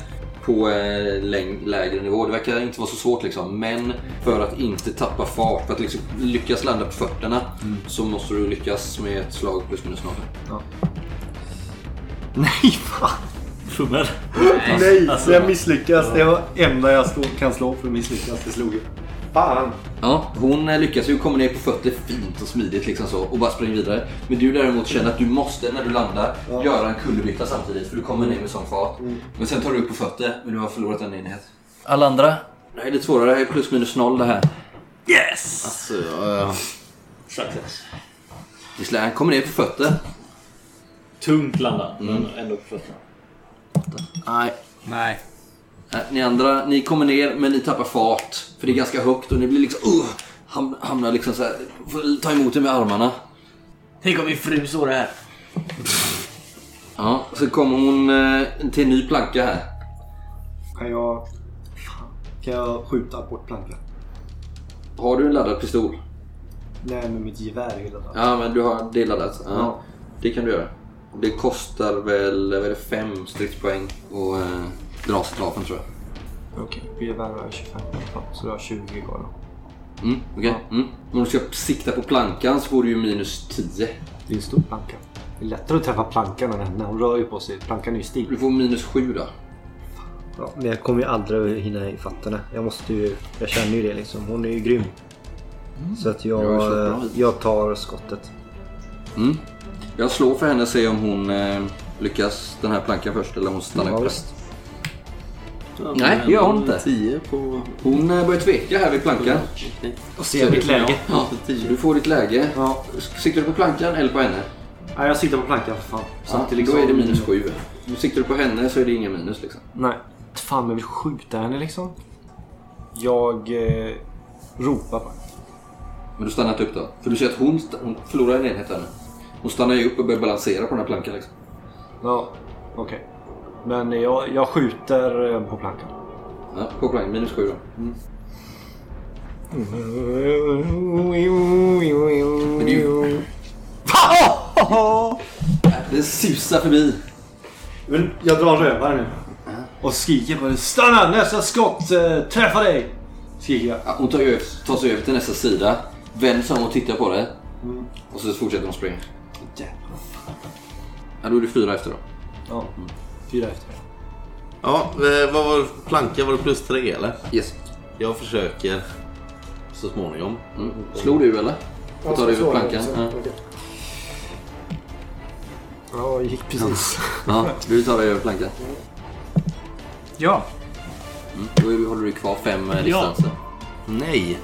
S2: på eh, läng- lägre nivå. Det verkar inte vara så svårt liksom. Men för att inte tappa fart, för att liksom lyckas landa på fötterna så måste du lyckas med ett slag plus minus noll.
S3: Nej fan!
S8: Fummel.
S3: Nej, jag misslyckas. Det var enda jag slå, kan slå för misslyckas. Det slog ju. Fan!
S2: Ja, hon eh, lyckas ju komma ner på fötter fint och smidigt liksom så och bara springer vidare. Men du däremot känner att du måste när du landar göra en kullerbytta samtidigt för du kommer ner med sån fart. Men sen tar du upp på fötter men du har förlorat en enhet. Alla andra? Det här är lite svårare. Det här är plus minus noll det här.
S8: Yes!
S4: Alltså, jag,
S6: Success.
S2: Gisla, han kommer ner på fötter.
S6: Tungt landa,
S2: Mm.
S6: men ändå på fötterna.
S2: Nej.
S5: Nej.
S2: Nej, Ni andra, ni kommer ner men ni tappar fart. För det är ganska högt och ni blir liksom... Uh, ham- hamnar liksom så här. Får ta emot det med armarna.
S5: Tänk om min fru såg det här.
S2: Ja, så kommer hon eh, till en ny planka här.
S3: Kan jag... Fan. Kan jag skjuta bort plankan?
S2: Har du en laddad pistol?
S3: Nej, med mitt gevär hela dagen.
S2: Ja, men du har det är laddat. Ja,
S3: Ja.
S2: Det kan du göra. Det kostar väl, vad är det, fem stridspoäng och eh, dra sitt vapen tror jag.
S3: Okej, okay. gevär har jag 25. Ja, Så du har 20 kvar då.
S2: Mm, okej. Mm. Men om du ska sikta på plankan så får du ju minus 10.
S3: Det är en stor planka. Det är lättare att träffa plankan än henne. Hon rör ju på sig. Plankan är ju
S2: Du
S3: still.
S2: får minus 7 då.
S3: Ja, men jag kommer ju aldrig att hinna ifatt henne. Jag måste ju... Jag känner ju det liksom. Hon är ju grym. Så att jag,
S2: Mm. Jag har ju slagit bra
S3: eh, jag tar skottet.
S2: Mm. Jag slår för henne och ser om hon eh, lyckas den här plankan först eller om hon stannar
S3: Ja,
S2: upp.
S3: visst.
S2: Nej, det gör hon inte.
S4: 10 på...
S2: Hon eh, börjar tveka här vid plankan.
S3: Och ser mitt läge.
S2: Ja, så du får ditt läge.
S3: Ja.
S2: Siktar du på plankan eller på henne?
S3: Nej, jag sitter på plankan för fan. Så
S2: Ja,
S3: att liksom-
S2: då är det minus 7. Siktar du på henne så är det inga minus liksom.
S3: Nej. Fan, jag vill skjuta henne liksom. Jag eh, ropar på henne.
S2: Men du stannar inte upp då? För du ser att hon, st- hon förlorar en enhet här nu. Hon stannar ju upp och börjar balansera på den här plankan liksom.
S3: Ja, okej. Men jag, jag skjuter eh, på plankan.
S2: Ja, på plankan, minus sju då. Men du... Det susar förbi.
S3: Men jag drar rövare nu. Och skriker på henne. Stanna! Nästa skott eh, träffar dig! Skriker jag.
S2: Ja, hon tar, ju, tar sig över till nästa sida, vänder sig om och tittar på det. Och så fortsätter hon springa.
S3: Jävlar.
S2: Ja, då är du fyra efter då.
S3: Ja. Fyra efter.
S4: Ja, eh, vad var planka? Var det plus 3 eller?
S2: Yes.
S4: Jag försöker så småningom.
S2: Mm. Slår du eller?
S7: Ja,
S2: Och tar dig
S7: så
S2: över
S7: slår jag
S2: plankan.
S7: också.
S2: Ja.
S7: Okej.
S3: Ja, det gick precis.
S2: ja, du tar dig över plankan.
S5: Ja.
S2: Mm. Då är- håller du kvar fem eh, distanser.
S4: Nej!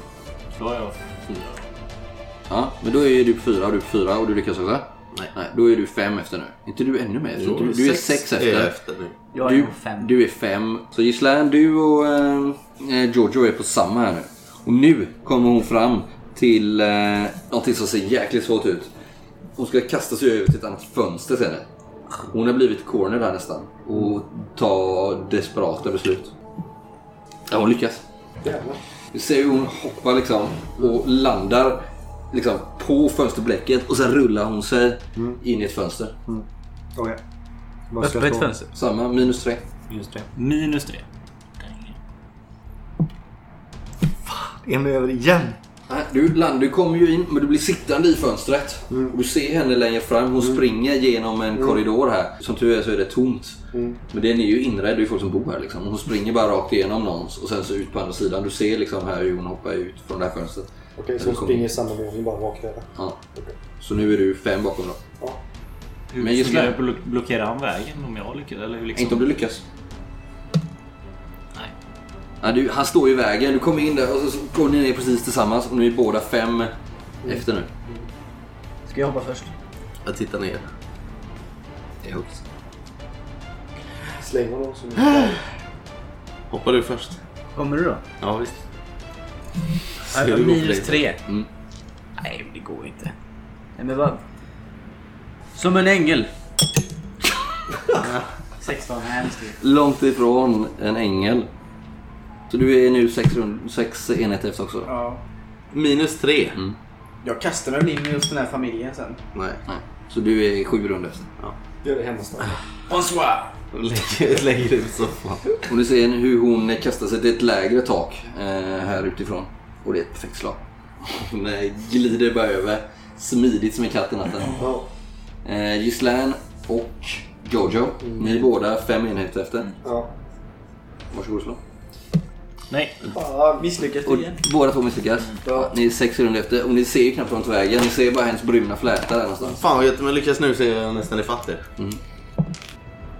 S6: Slår jag.
S2: Ja, men då är du på fyra och du är på fyra och du lyckas också?
S4: Nej.
S2: då är du fem efter nu. inte du ännu mer?
S4: Jo,
S2: du, du är sex
S4: är jag
S2: efter.
S4: efter nu.
S5: Jag är
S2: Du,
S5: på fem.
S2: du är fem. Så Gislaine, du och eh, eh, Giorgio är på samma här nu. Och nu kommer hon fram till eh, någonting som ser jäkligt svårt ut. Hon ska kasta sig över till ett annat fönster senare. Hon har blivit corner där nästan. Och ta desperata beslut. Ja, hon lyckas. Du ser hur hon hoppar liksom och landar liksom på fönsterblecket och sen rullar hon sig in i ett fönster.
S3: Okej. Vad ska jag
S5: Öppet
S3: slå?
S5: fönster.
S2: Samma, minus tre.
S3: Just det.
S5: Minus tre.
S3: En över igen.
S2: Nej, du, land, du kommer ju in, men du blir sittande i fönstret. Och du ser henne längre fram. Hon springer genom en korridor här. Som tur är så är det tomt. Men den är ju inredd. Det är ju folk som bor här. Liksom. Hon springer bara rakt igenom någons och sen så ut på andra sidan. Du ser liksom här hur hon hoppar ut från det här fönstret.
S7: Okej, så
S2: Eller
S7: hon
S2: kom-
S7: springer i samma mening, bara rakrädd.
S2: Ja. Så nu är du fem bakom då. Men
S5: Hur
S2: just
S5: fungerar
S2: nu-
S5: det på att blockera han vägen om jag lyckas? Eller hur liksom?
S2: Inte om du lyckas.
S5: Nej.
S2: Ja, du, han står i vägen. Du kommer in där och så, så går ni ner precis tillsammans. Och nu är båda fem efter nu.
S5: Ska jag hoppa först?
S4: Jag tittar ner.
S2: Det är högt.
S7: Släng honom som
S4: Hoppar du först?
S5: Kommer du då?
S4: Ja, visst.
S5: Ja,
S4: du gå på det?
S5: Alltså, minus tre.
S2: Mm.
S5: Nej, men det går inte. Nej, men vad? Som en ängel. 16, nej jag missade.
S2: Långt ifrån en ängel. Så du är nu sex, rund- sex enheter efter också.
S5: Ja.
S4: Minus 3.
S2: Mm.
S5: Jag kastar mig in i just den här familjen sen.
S4: Nej.
S2: Nej. Så du är sju runder efter.
S7: gör det hemma snabbt.
S5: Bonsoir!
S4: Och lägger, lägger ut soffan.
S2: Och du ser hur hon kastar sig till ett lägre tak eh, här utifrån. Och det är ett perfekt slag. Hon eh, glider bara över smidigt som en katt i natten. Eh, Gislaine och Jojo, ni är
S4: Mm.
S2: båda fem enheter efter.
S7: Ja.
S2: Varsågod och slå.
S5: Nej.
S7: Ah, misslyckas
S2: Och båda två misslyckas. Ja, ni är sex runder efter och ni ser ju knappt vart hon tar vägen. Ni ser bara hennes bruna flätar där någonstans.
S4: Fan vad gött, men lyckas nu så är jag nästan ifatt er.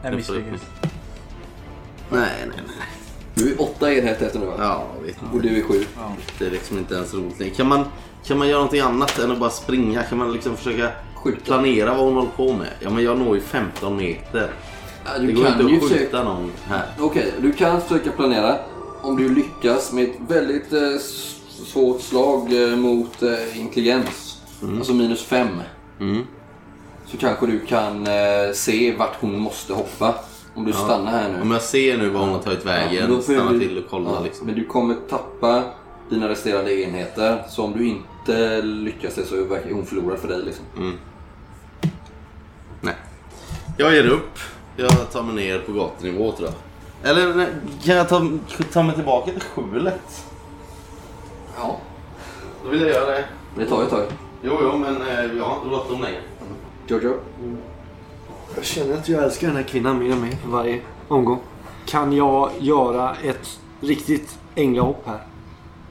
S5: Jag misslyckas.
S4: Typ. Nej, nej, nej.
S2: Du är åtta enheter efter nu va?
S4: Ja, vi
S2: Och du är sju.
S4: Det är liksom inte ens roligt. Kan man, kan man göra någonting annat än att bara springa? Kan man liksom försöka
S2: Skjuta.
S4: planera vad hon håller på med? Ja, men jag når ju 15 meter.
S2: Ja,
S4: Det
S2: du
S4: går inte
S2: kan ju
S4: att skjuta
S2: försöka...
S4: någon här.
S2: Okej, du kan försöka planera. Om du lyckas med ett väldigt eh, s- svårt slag eh, mot eh, intelligens. Alltså minus fem.
S4: Mm.
S2: Så kanske du kan eh, se vart hon måste hoppa. Om du stannar här nu.
S4: Om jag ser nu vad hon har tagit
S2: men
S4: vägen,
S2: då får
S4: stanna
S2: du-
S4: till och kolla
S2: Ja,
S4: liksom.
S2: Men du kommer tappa dina resterande enheter. Så om du inte lyckas det så verkar hon förlorad för dig. Liksom.
S4: Mm. Nej. Jag ger upp. Jag tar mig ner på gatunivå tror jag. Eller nej, kan jag ta, ta mig tillbaka till skjulet?
S2: Ja.
S4: Då vill jag göra det.
S2: Det tar ju ett tag.
S4: Jo, jo, men eh, jag har inte bråttom längre.
S2: Jojo?
S3: Jag känner att jag älskar den här kvinnan mer och mer för varje omgång. Kan jag göra ett riktigt änglahopp här?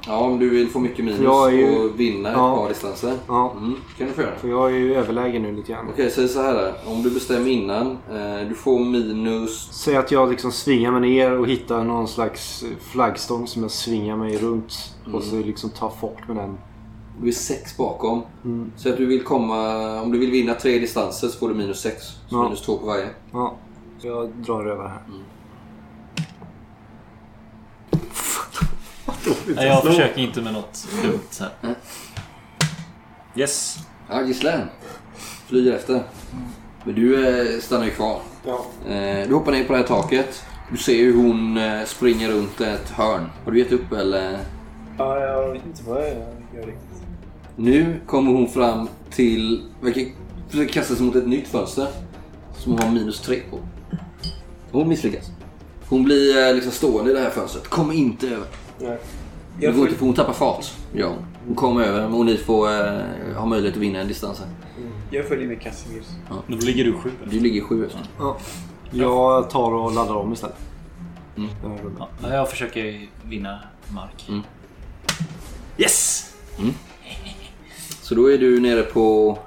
S2: Ja, om du vill få mycket minus
S3: Jag är ju-
S2: och vinna ett
S3: Ja.
S2: par distanser.
S3: Ja.
S2: Mm, kan du få göra.
S3: För jag är ju överlägen nu lite grann.
S2: Okej, säg så här. då. Om du bestämmer innan. Eh, du får minus...
S3: Säg att jag liksom svingar mig ner och hittar någon slags flaggstång som jag svingar mig runt. Och så liksom tar fart med den.
S2: Du är sex bakom.
S3: Mm.
S2: Så att du vill komma... Om du vill vinna tre distanser så får du minus sex. Så
S3: Ja.
S2: minus två på varje.
S3: Ja. Jag drar över här.
S8: Nej, jag försöker inte med något dumt så här. Yes.
S2: Ja, gisslan. Flyr efter. Men du eh, stannar ju kvar.
S7: Ja.
S2: Eh, du hoppar ner på det här taket. Du ser hur hon eh, springer runt ett hörn. Har du gett upp eller?
S7: ja, jag vet inte vad jag gör riktigt.
S2: Nu kommer hon fram till... Verkar försöka kasta sig mot ett nytt fönster. Som hon har minus tre på. Hon misslyckas. Hon blir eh, liksom stående i det här fönstret. Kom inte över.
S7: Nej.
S2: Det
S7: Jag
S2: går inte
S7: får,
S2: för hon tappar fart. Ja, hon kommer över och ni får eh, ha möjlighet att vinna en distans här.
S7: jag följer med Casimir.
S8: Nu ligger du sju.
S2: Du ligger sju efter.
S3: Ja. Jag tar och laddar om istället. Den här rundan.
S5: Ja, jag försöker vinna mark.
S2: Mm.
S5: Yes!
S2: Så då är du nere på...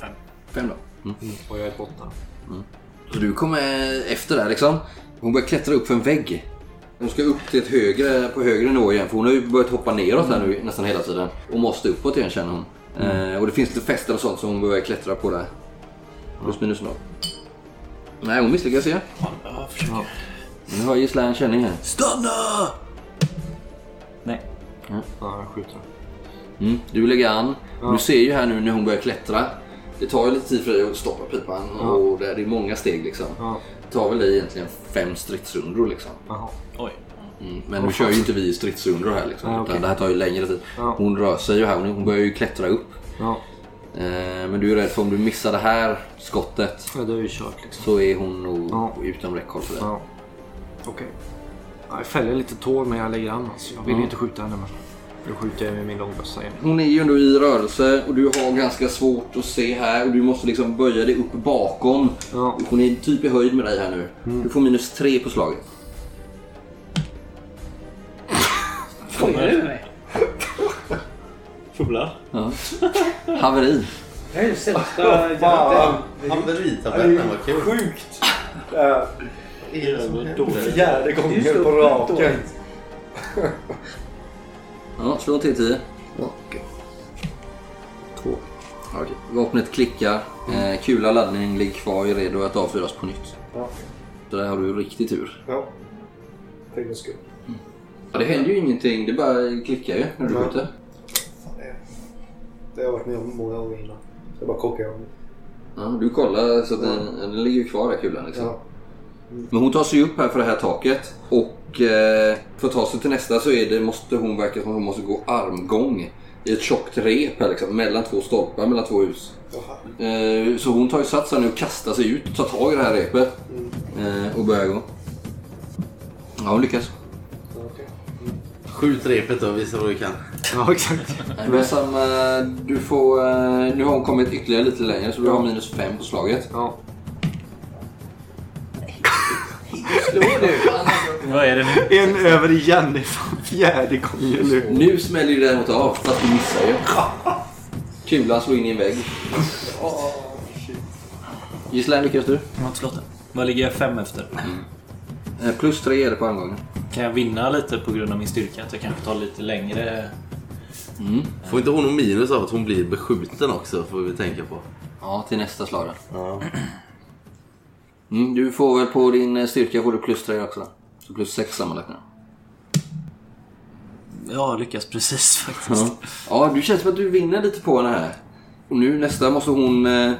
S5: Fem.
S2: Fem då.
S3: Och jag är på åtta.
S2: Så du kommer efter där liksom. Hon börjar klättra upp för en vägg. Hon ska upp till ett högre, på högre nivå igen för hon har ju börjat hoppa neråt här nu nästan hela tiden. Och måste uppåt igen känner hon. Eh, och det finns lite fästen och sånt som hon börjar klättra på där. Plus minus noll. Nej hon misslyckas igen. Nu har Gislaine känning här.
S8: Stanna! Nej.
S3: Ja, jag skjuter.
S2: Mm, du lägger an. Du ser ju här nu när hon börjar klättra. Det tar ju lite tid för dig att stoppa pipan och det det är många steg liksom.
S3: Ja.
S2: Det tar väl dig egentligen fem stridsrundor liksom.
S3: Jaha.
S5: Oj.
S2: Mm, men nu kör ju inte vi stridsrundor här liksom.
S3: Ja, Ah, okej.
S2: utan det här tar ju längre tid.
S3: Ja.
S2: Hon rör sig ju här, hon hon börjar ju klättra upp.
S3: Ja.
S2: Eh, men du är rädd för om du missar det här skottet
S3: Ja, det är ju kört liksom.
S2: så är hon nog
S3: Ja.
S2: utom räckhåll för dig.
S3: Ja. Okej. Ja, jag fäller lite tår men jag lägger an alltså. Jag vill ju inte skjuta henne men. Nu skjuter jag med min långbössa igen.
S2: Hon är ju ändå i rörelse och du har ganska svårt att se här och du måste liksom böja dig upp bakom.
S3: Ja.
S2: Hon är typ i höjd med dig här nu.
S3: Mm.
S2: Du får minus tre på slaget.
S5: Skojar du med mig?
S6: Fubblar.
S2: Haveri.
S7: Det här är ju sämsta
S4: Fan, haveritabellen, vad kul.
S7: Sjukt! Äh, fjärde
S5: Det är
S7: gången
S5: ju
S7: på
S5: så
S7: raken.
S5: dåligt.
S2: Ja, slå en till 10. Två. Ja, Okej. Vapnet klickar. Eh, kula laddning ligger kvar i redo att avfyras på nytt.
S7: Mm. Ja.
S2: Så där har du riktig tur.
S7: Ja. För guds skull.
S2: Ja, det händer ju ingenting. Det bara klickar ju när du
S7: Ja.
S2: skjuter.
S7: Det har jag varit med om många gånger innan. Så jag bara kockar om.
S2: Ja, du kollar så att den, den ligger ju kvar där kulan liksom.
S7: Ja.
S2: Men hon tar sig upp här för det här taket och eh, för att ta sig till nästa så är det, måste hon verka som att hon måste gå armgång i ett tjockt rep här liksom, mellan två stolpar, mellan två hus.
S7: Jaha.
S2: Eh, Så hon tar ju sats här nu och kastar sig ut och tar tag i det här repet. eh, och börjar gå. Ja, hon lyckas.
S4: Skjut repet då, visa vad du kan.
S3: Ja, exakt.
S2: Men samma, du får, eh, nu har hon kommit ytterligare lite längre så du har minus fem på slaget.
S3: Ja.
S5: Vad är det nu?
S3: En över igen. Det är fan fjärde gången nu.
S2: Nu smäller ju däremot av, fast du missar ju. Kulan slog in i en vägg. Gisslan, lyckas du?
S8: Jag har inte slått den. Vad ligger jag fem efter?
S2: Eh, Plus tre är det på angången.
S8: Kan jag vinna lite på grund av min styrka? Att jag kanske tar lite längre...
S4: Får inte hon någon minus av att hon blir beskjuten också, får vi tänka på.
S2: Ja, till nästa slag då. Mm, du får väl på din eh, styrka får du plus tre också. då. Så plus sex sammanlagt nu.
S8: Ja, jag lyckas precis faktiskt.
S2: Ja. ja, du känns som att du vinner lite på den här. Och nu nästa måste hon... eh,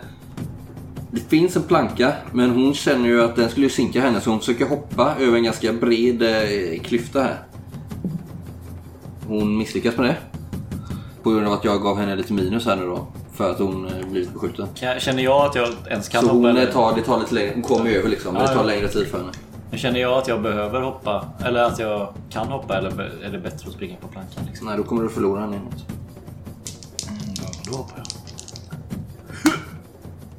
S2: Det finns en planka, men hon känner ju att den skulle sinka henne så hon försöker hoppa över en ganska bred eh, klyfta här. Hon misslyckas med det. På grund av att jag gav henne lite minus här nu då. För att hon eh, blivit beskjuten.
S8: Kan jag, känner jag att jag ens kan
S2: Så
S8: hoppa?
S2: hon eh,
S8: eller?
S2: tar, det tar lite längre, hon kommer över liksom. Men det tar längre tid för henne.
S8: Men Känner jag att jag behöver hoppa? Eller att jag kan hoppa? Eller be- är det bättre att springa på plankan? Liksom?
S2: Nej, då kommer du förlora henne inåt.
S8: Mm, Då hoppar jag.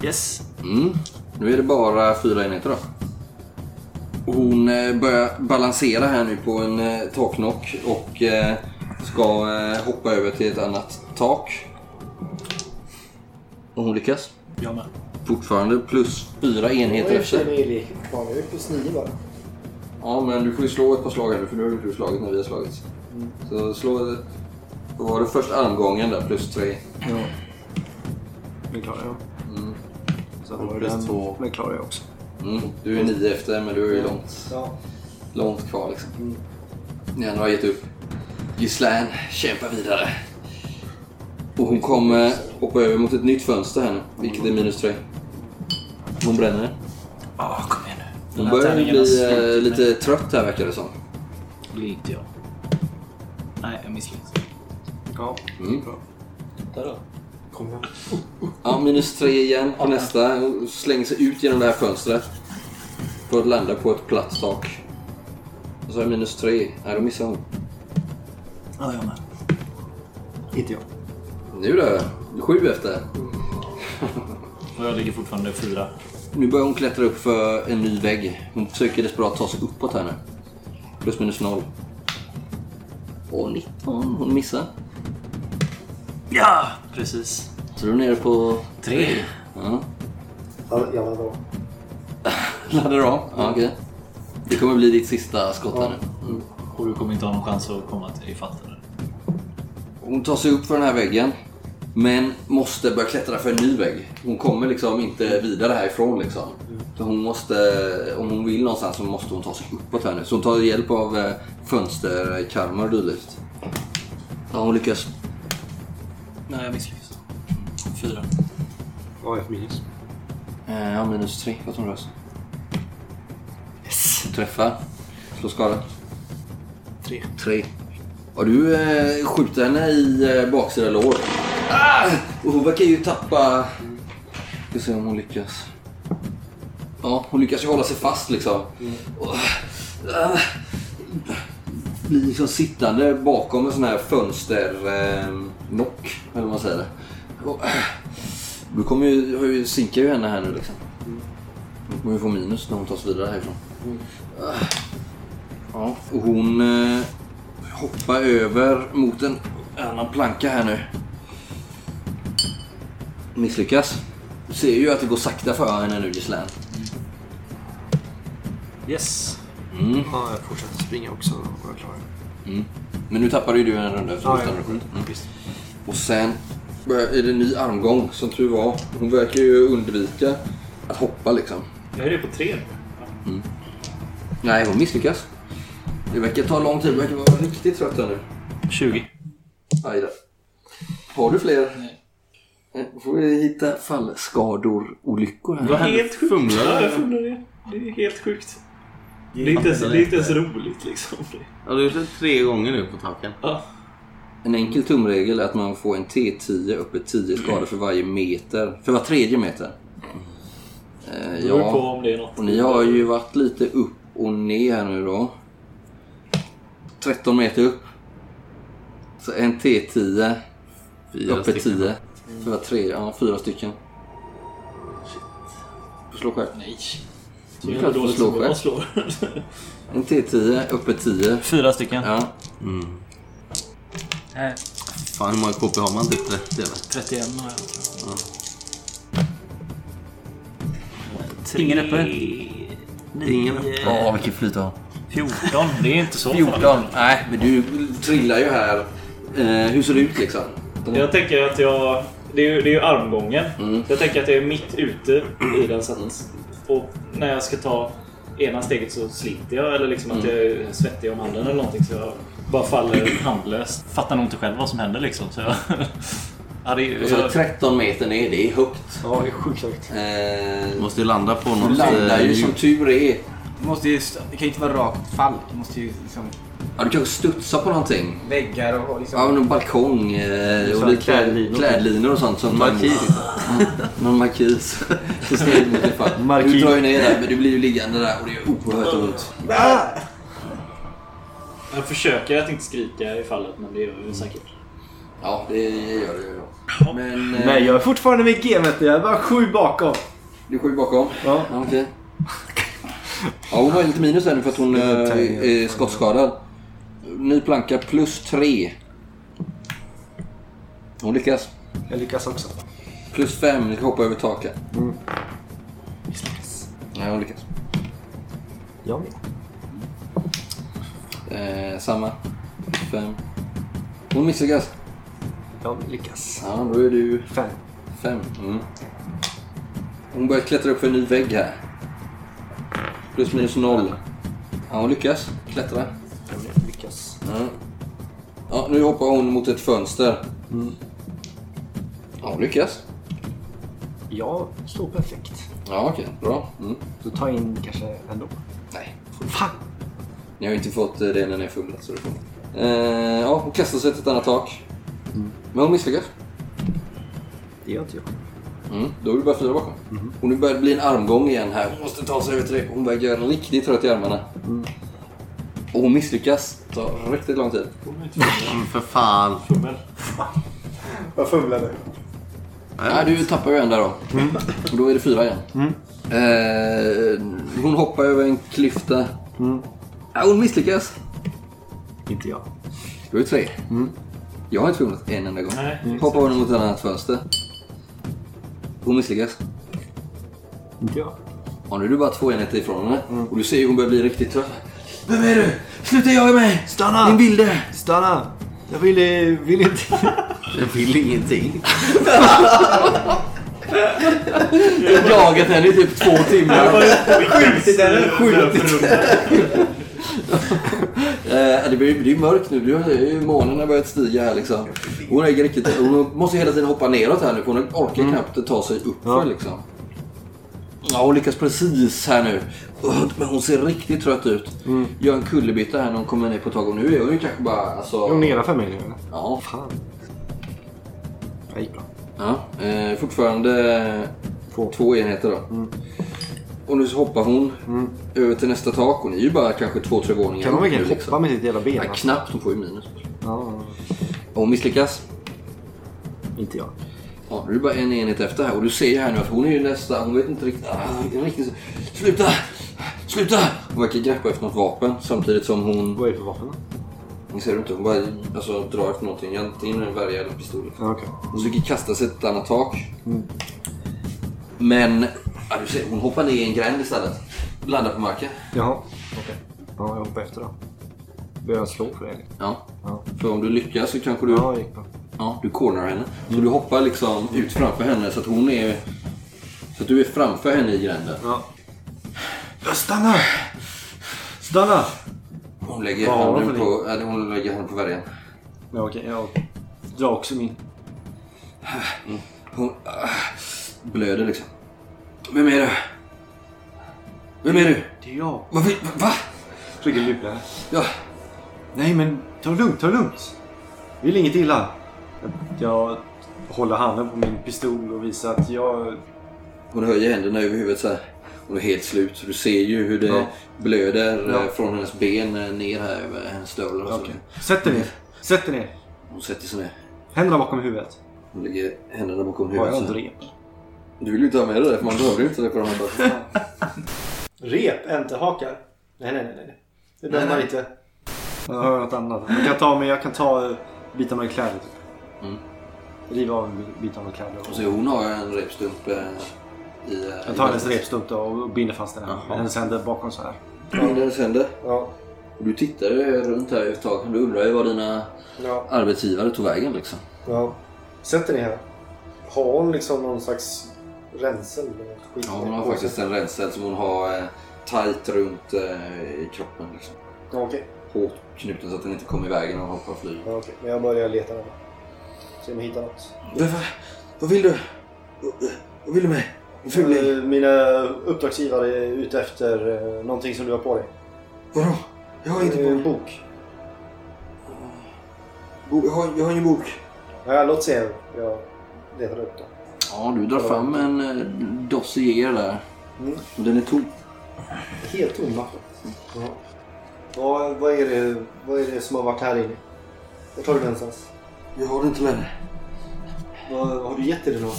S8: Yes.
S2: Mm. Nu är det bara fyra enheter då. Och Hon eh, börjar balansera här nu på en eh, taknock och eh, ska eh, hoppa över till ett annat tak. Och hon lyckas.
S8: Jag med.
S2: Fortfarande plus fyra enheter
S7: Jag
S2: efter.
S7: känner ju leken på Jag är plus nio bara.
S2: Ja, men du får ju slå ett par slag här nu för nu har du slagit när vi har slagit. Så slå... Då var det först armgången där, plus tre.
S3: Den klarar jag. Sen
S4: Och
S3: var Mm. det
S4: plus
S3: den.
S4: två.
S3: Den klarar jag också.
S2: Mm. Du är nio efter, men du är ju långt,
S7: Ja.
S2: långt kvar liksom.
S8: Mm.
S2: Ni andra har gett upp. Gislaine kämpar vidare. Och hon kommer hoppa över mot ett nytt fönster här nu, vilket är minus tre. Hon bränner.
S8: Ja, kom igen nu.
S2: Hon
S8: här
S2: börjar nu
S8: tärningen
S2: bli
S8: har
S2: eh,
S8: slut mig.
S2: lite trött här verkar det som.
S8: blir inte jag. Nej, jag misslyckas.
S3: Ja.
S2: Mm.
S8: Där då.
S2: Ja, minus tre igen på nästa. Hon slänger sig ut genom det här fönstret. För att landa på ett platt tak. Och så är det minus tre. Nej, då missar hon.
S8: Ja, jag med.
S3: Inte jag.
S2: Nu då? Sju efter.
S8: Och jag ligger fortfarande fyra.
S2: Nu börjar hon klättra upp för en ny vägg. Hon försöker desperat ta sig uppåt här nu. Plus minus noll. Och 19. Hon missar.
S8: Ja, precis.
S2: Så du är nere på...
S8: Tre.
S2: Ja.
S7: Ja, jag var bra.
S2: Laddar av. Ja, okej. Det kommer bli ditt sista skott här nu.
S8: Och du kommer inte ha någon chans att komma till- ifatt eller?
S2: Hon tar sig upp för den här väggen. Men måste börja klättra för en ny vägg. Hon kommer liksom inte vidare härifrån liksom. Så hon måste, om hon vill någonstans så måste hon ta sig uppåt här nu. Så hon tar hjälp av eh, fönsterkarmar och dylikt. Ja, hon lyckas.
S8: Nej, jag misslyckas. Fyra.
S3: Vad har jag för minus?
S2: Eh, Ja, minus tre för att hon rör sig. Träffar. Slå skada.
S3: Tre.
S2: Tre. Ja, du eh, skjuter henne i eh, baksida lår. Ah! Och hon verkar ju tappa... Ska se om hon lyckas. Ja, hon lyckas ju hålla sig fast liksom. Och, ah, blir liksom sittande bakom en sån här fönsternock. Eh, nock, eller vad man säger. Och, ah, du kommer ju, har ju, sinkar ju henne här nu liksom. Hon kommer ju få minus när hon tas vidare härifrån. Ah. Ja, och hon eh, hoppar över mot en annan planka här nu. Misslyckas. Du ser ju att det går sakta för henne nu, Gislaine.
S8: Yes.
S2: Mm.
S3: Ja, jag fortsätter springa också. Och jag klarar det.
S2: Men nu tappade ju du en runda eftersom
S3: Ja,
S2: du
S3: ja.
S2: stannade upp. Mm.
S3: Visst.
S2: Och sen börjar- är det en ny armgång, som tur var. Hon verkar ju undvika att hoppa liksom.
S6: Jag är det på tre nu.
S2: Nej, hon misslyckas. Det verkar ta lång tid. Du verkar vara riktigt trött här nu.
S8: 20.
S2: Aj då. Har du fler? Nej. Då får vi hitta fallskador, olyckor här.
S4: Vad
S6: Helt sjukt. Ja, jag
S4: Fumlar
S6: fumlar det. Det är helt sjukt. Det är inte ens, det är inte ens roligt liksom.
S4: Ja, du har gjort det tre gånger nu på taken.
S6: Ja.
S2: En enkel tumregel är att man får en T10 uppe 10 skador för varje meter. För var tredje meter. Eh,
S6: Det beror på om det är något.
S2: Och ni har ju varit lite upp och ner här nu då. 13 meter upp. Så en T10.
S4: Fyra
S2: uppe
S4: stycken.
S2: 10. Så det var tre, ja, fyra stycken. Shit. Slå själv.
S6: Nej.
S2: Det
S6: Det
S2: är
S6: är
S2: klart
S6: ändå
S2: du
S6: dåligt
S2: slår
S6: som jag
S2: själv.
S6: slår.
S2: En T10, uppe 10.
S8: Fyra stycken.
S2: Ja.
S5: Nej,
S4: Fan, hur många KP har man? Typ 30 eller?
S5: 31 har jag. Ingen uppe.
S4: Ingen uppe.
S2: Åh, vilket flyt du har.
S5: 14. Det är inte så farligt.
S2: 14. Nej, men du trillar ju här. Eh, hur ser det ut liksom?
S6: Jag tänker att jag... Det är ju, det är ju armgången.
S8: Mm.
S6: Så jag tänker att jag är mitt ute i den. Så att, och när jag ska ta ena steget så sliter jag. Eller liksom
S8: Mm.
S6: att jag är svettig om handen eller någonting. Så jag bara faller handlöst.
S5: Fattar nog inte själv vad som händer liksom. Så jag... ja, det är,
S2: Och så är det
S5: jag...
S2: 13 Alltså, meter ner, det är högt.
S3: Ja, det är sjukt högt.
S2: Eh,
S4: Du måste ju landa på
S2: du
S4: något
S2: landar
S4: eh,
S2: ju som
S4: djup.
S2: tur är.
S10: Du måste ju, st- det kan ju inte vara rakt fall. Du måste ju liksom
S2: Ja, du kanske studsar på någonting.
S10: väggar och och liksom...
S2: Ja, någon balkong eh, och lite klädlinor.
S3: klädlinor.
S2: och sånt. Som
S4: Markis.
S2: Mm, Någon markis. Så sned mot dig fan. Du
S3: Markis.
S2: drar ju ner där men du blir ju liggande där och det gör oerhört ont.
S6: Jag försöker att inte skrika i fallet men det gör jag ju säkert.
S2: Ja, det gör det ju. Men eh,
S3: Nej, jag är fortfarande med G, vet du. Jag är bara sju bakom.
S2: du är sjuk bakom?
S3: Ja.
S2: Ja, okej. Ja, hon har lite minus här nu för att hon eh, är skottskadad. Ny planka plus tre. Hon lyckas.
S3: Jag lyckas också.
S2: Plus fem, ni ska hoppa över taket. Nej, hon lyckas.
S3: Jag med.
S2: Eh, samma. Fem. Hon misslyckas.
S3: Jag lyckas.
S2: Ja, då är du
S3: Fem.
S2: fem. Mm. Hon börjar klättra upp för en ny vägg här. Plus minus noll. Ja, hon lyckas klättra.
S3: Jag lyckas.
S2: Ja. Ja, nu hoppar hon mot ett fönster. Ja, hon lyckas.
S3: Jag står perfekt.
S2: Ja, okej. Bra. Mm.
S3: Så ta in kanske ändå.
S2: Nej.
S3: Fan!
S2: Ni har ju inte fått eh, det när ni har fumlat. Så det får man. eh, ja, hon kastar sig till ett annat tak. Men hon misslyckas.
S3: Det gör inte jag.
S2: Mm, då är det bara fyra bakom. Och nu börjar det bli en armgång igen här. Hon måste ta sig över till dig. Hon börjar göra riktigt trött i armarna. Och hon misslyckas. Det tar riktigt lång tid.
S4: Mm, För fan.
S7: Jag fumlade.
S2: Nej, du tappar ju en där då. Och då är det fyra igen. Eh, hon hoppar över en klyfta. Mm. Ja, hon misslyckas.
S3: Inte jag.
S2: Då är det tre. Jag har inte fumlat en enda gång.
S6: Nej,
S2: hoppar hon mot ett annat fönster. Hon misslyckas.
S3: Inte jag.
S2: Ja, nu är du bara två enheter ifrån henne. Och du ser ju hon börjar bli riktigt trött. Mm. Vem är du? Sluta jaga mig!
S3: Stanna!
S2: Din vilde!
S3: Stanna! Jag ville... Vill inte...
S4: Jag vill ingenting.
S2: Jag har jagat henne i typ två timmar.
S6: Skjutit eller skjutit?
S2: Eh, det blir det är ju mörkt nu. Du har- det är ju- Månen har börjat stiga här liksom. Hon, är riktigt, hon måste ju hela tiden hoppa neråt här nu för hon orkar
S3: Mm.
S2: knappt ta sig uppför liksom. Ja, hon lyckas precis här nu. Öh, Men hon ser riktigt trött ut.
S3: Mm.
S2: Gör en kullerbytta här när hon kommer ner på taket. Nu är hon ju kanske bara... Alltså,
S3: Är hon nedanför mig nu eller?
S2: ja,
S3: Fan. Det gick bra.
S2: ja, eh, fortfarande två.
S3: Två. Mm.
S2: enheter då. Och nu så hoppar hon över till nästa tak. Hon är ju bara kanske två, tre våningar
S3: Kan hon
S2: upp nu,
S3: verkligen hoppa med sitt jävla ben?
S2: Nej,
S3: alltså?
S2: knappt. Hon får ju minus.
S3: Ja,
S2: Och hon misslyckas.
S3: inte jag.
S2: Ja, nu är det bara en enhet efter här och du ser ju här nu att hon är ju nästa, hon vet inte riktigt, ah, inte riktigt. Sluta! Sluta! Hon verkar greppa efter något vapen samtidigt som hon,
S3: Vad är det för vapen då?
S2: ni ser inte, hon bara alltså, drar efter någonting. Antingen en värja eller en pistol.
S3: Ja, okej.
S2: Hon försöker kasta sig till ett annat tak.
S3: Mm.
S2: Men, ja, du ser, hon hoppar ner i en gränd istället. Landar på marken.
S3: Jaha. Okej. Ja, jag hoppar efter då. Behöver jag slå för det eller?
S2: Ja.
S3: Ja.
S2: För om du lyckas så kanske du
S3: Ja, det gick bra.
S2: Ja, du cornerar henne. Så du hoppar liksom ut framför henne så att hon är... Så att du är framför henne i gränden.
S3: Ja. Stanna! Stanna!
S2: Hon lägger,
S3: Ja,
S2: handen,
S3: för
S2: på, äh, hon lägger handen på värjan.
S3: Ja, okej, jag drar också min.
S2: Hon ah, blöder liksom. Vem är du? Vem är du?
S3: Det är jag.
S2: Varför? Va?
S3: Försöker lura.
S2: Ja,
S3: Nej men ta det lugnt, ta det lugnt. Vill inget illa. Jag håller handen på min pistol och visar att jag...
S2: Hon höjer händerna över huvudet så här. Hon är helt slut. Du ser ju hur det
S3: Ja.
S2: blöder
S3: Ja.
S2: eh, från hennes ben eh, ner här över hennes stövlar och så.
S3: Okej. Sätt dig ner. Sätt dig ner.
S2: Hon sätter sig ner.
S3: Händerna bakom huvudet.
S2: Hon lägger händerna bakom
S3: Har
S2: huvudet.
S3: jag
S2: så
S3: ett
S2: här.
S3: rep?
S2: Du vill ju inte ha med det där för man behöver ju inte det på de här dagarna.
S7: Rep, änterhakar. Nej, nej, nej. nej. Det behöver man inte.
S3: Jag har något annat. Jag kan ta, men jag kan ta eh, bitar med kläder. Typ.
S2: Mm.
S3: Riva av en bit- bit av med kläder.
S2: Så hon har en repstump eh, i... eh,
S3: Jag
S2: i
S3: tar hennes
S2: handen.
S3: repstump då och binder fast den här.
S2: Jaha.
S3: Med hennes händer bakom så här.
S2: Binder hennes händer.
S7: Ja.
S2: Och du tittar ju runt här ett tag. Du undrar ju var dina
S7: Ja.
S2: arbetsgivare tog vägen liksom.
S7: ja. Sätter ni här. Har hon liksom någon slags rensel? eller något skit
S2: Ja, hon har
S7: på sig?
S2: faktiskt en rensel som hon har eh, tajt runt eh, i kroppen. Liksom.
S7: Ja, okej.
S2: Hårt knuten så att den inte kommer i vägen när hon hoppar och flyger.
S7: Ja, okej. Men jag börjar leta henne. Se om jag hittar något.
S2: Vad, vad, vad vill du? Vad, vad vill du med? En fuling?
S7: Eh, Mina uppdragsgivare är ute efter eh, någonting som du har på dig.
S2: Vadå? Jag har inte
S7: Eh,
S2: bok.
S7: bok.
S2: Bo, jag, har, jag har ingen bok.
S7: Ja, låt se. Jag letar upp den.
S2: Ja, du drar fram en eh, dossier där.
S7: Mm.
S2: Och den är tom.
S7: Helt tomma. Ja. Ja, vad, är det, vad är det som har varit här inne? Vart har du den någonstans?
S2: Jag har den inte längre.
S7: Vad, har du gett dig den någon?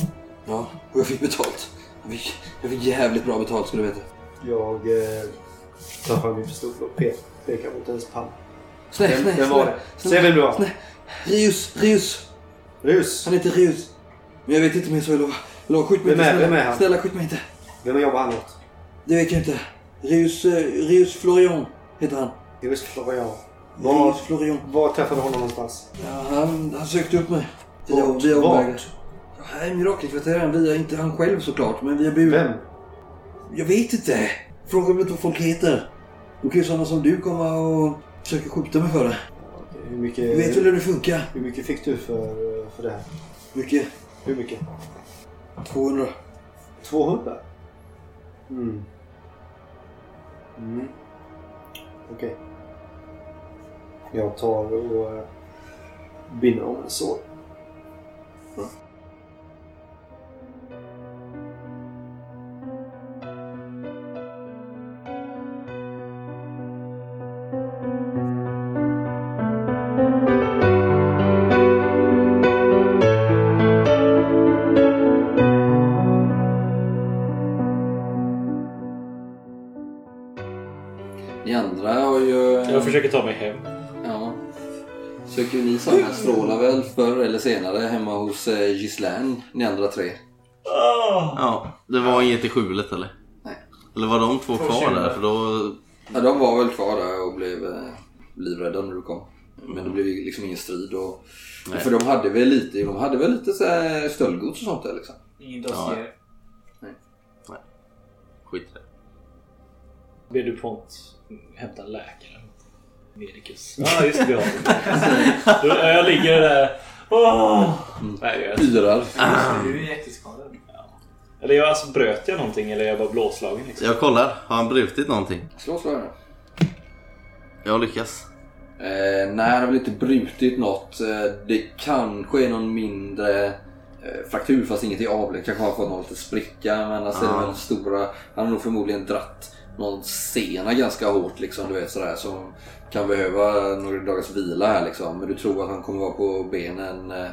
S2: Ja, och jag fick betalt. Jag fick, jag fick jävligt bra betalt skulle du veta.
S7: Jag eh, tar fram min pistol och pe- pekar mot hennes panna.
S2: Snäll,
S7: Vem-
S2: snäll,
S7: vem var
S2: snäll,
S7: det?
S2: snäll.
S7: Säg vem det var.
S2: Snäll. Rius, Rius.
S7: Rus!
S2: Han heter Rius. Men jag vet inte mer så jag lovar. Jag lovar, skjut mig
S7: Vem
S2: inte.
S7: är-
S2: snälla.
S7: vem är han?
S2: Snälla, skjut mig inte.
S7: Vem jobbar han åt?
S2: Det vet jag inte. Rius, eh, Rius Florian heter han.
S7: Rus Florian. Var,
S2: Rius Florian.
S7: var träffade du honom någonstans?
S2: Ja, han, han sökte upp mig. Via,
S7: Vart?
S2: via
S7: Vart?
S2: omvägar. Ja, här i Mirakelkvarteren. Via, inte han själv såklart, men via bud.
S7: Vem?
S2: Jag vet inte. Fråga mig inte vad folk heter. Då kan ju sådana som du komma och försöka skjuta mig för det. Du
S7: Hur
S2: vet
S7: mycket,
S2: väl hur det funkar?
S7: hur mycket fick du för, eh, för det här?
S2: Mycket.
S7: Hur mycket?
S2: 200.
S7: 200? Mm. Mm. Okej. Jag tar och eh, binder om en sår.
S2: Ni andra har ju...
S6: Jag försöker ta mig hem.
S2: Ja. Söker ju ni samhällsstrålar väl förr eller senare hemma hos eh, Gislaine, ni andra tre?
S4: Ja, det var inget i skjulet eller?
S2: Nej.
S4: Eller var de två kvar där? För då...
S2: Ja, de var väl kvar där och blev eh, livrädda när du kom. Men det blev ju liksom ingen strid. Och,
S4: Nej.
S2: för de hade väl lite, de hade väl lite så här stöldgods och sånt där liksom.
S10: Ingen
S4: dossier.
S10: dossier.
S4: Skit i det.
S6: Ber du Pont hämta en läkare? Medicus. Ja, just det. Vi har det. Mm. Då- Jag ligger där. Åh! Nej, jag,
S2: Yrar.
S6: Ah.
S10: Du är jätteskadad.
S6: eller jag, alltså, bröt jag någonting eller är jag bara blåslagen? Liksom?
S4: Jag kollar. Har han brutit någonting?
S2: Slå slag nu.
S4: Jag lyckas.
S2: Eh, nej, han har väl inte brutit något. Eh, det kanske är någon mindre eh, fraktur fast inget i avlet. Kanske har fått någon liten spricka. Men annars är det
S4: Ja.
S2: väl stora... Han har nog förmodligen dratt någon sena ganska hårt liksom. Du vet sådär som kan behöva några dagars vila här liksom. Men du tror att han kommer vara på benen eh,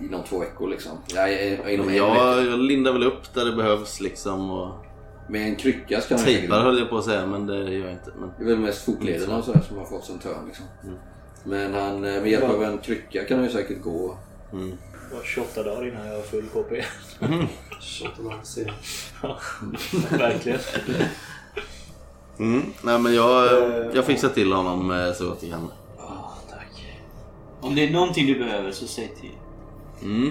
S2: inom två veckor liksom. Ja, i- inom en vecka.
S4: Jag, jag lindar väl upp där det behövs liksom och
S2: Med en krycka ska han säkert-
S4: tejpar Mm. höll jag på att säga men det gör jag inte. Men...
S2: Det är väl mest fotlederna och sådär som har fått sig en törn liksom.
S4: Mm.
S2: Men han, eh, med hjälp av en krycka kan han ju säkert gå
S6: Det var 28 dagar innan jag var full KP. Mm.
S7: Shit, vad man ser.
S6: Verkligen.
S4: Mm. Nej men jag, jag fixar till honom eh, så gott jag kan.
S5: Ja, tack. Om det är någonting du behöver så säg till.
S4: Mm.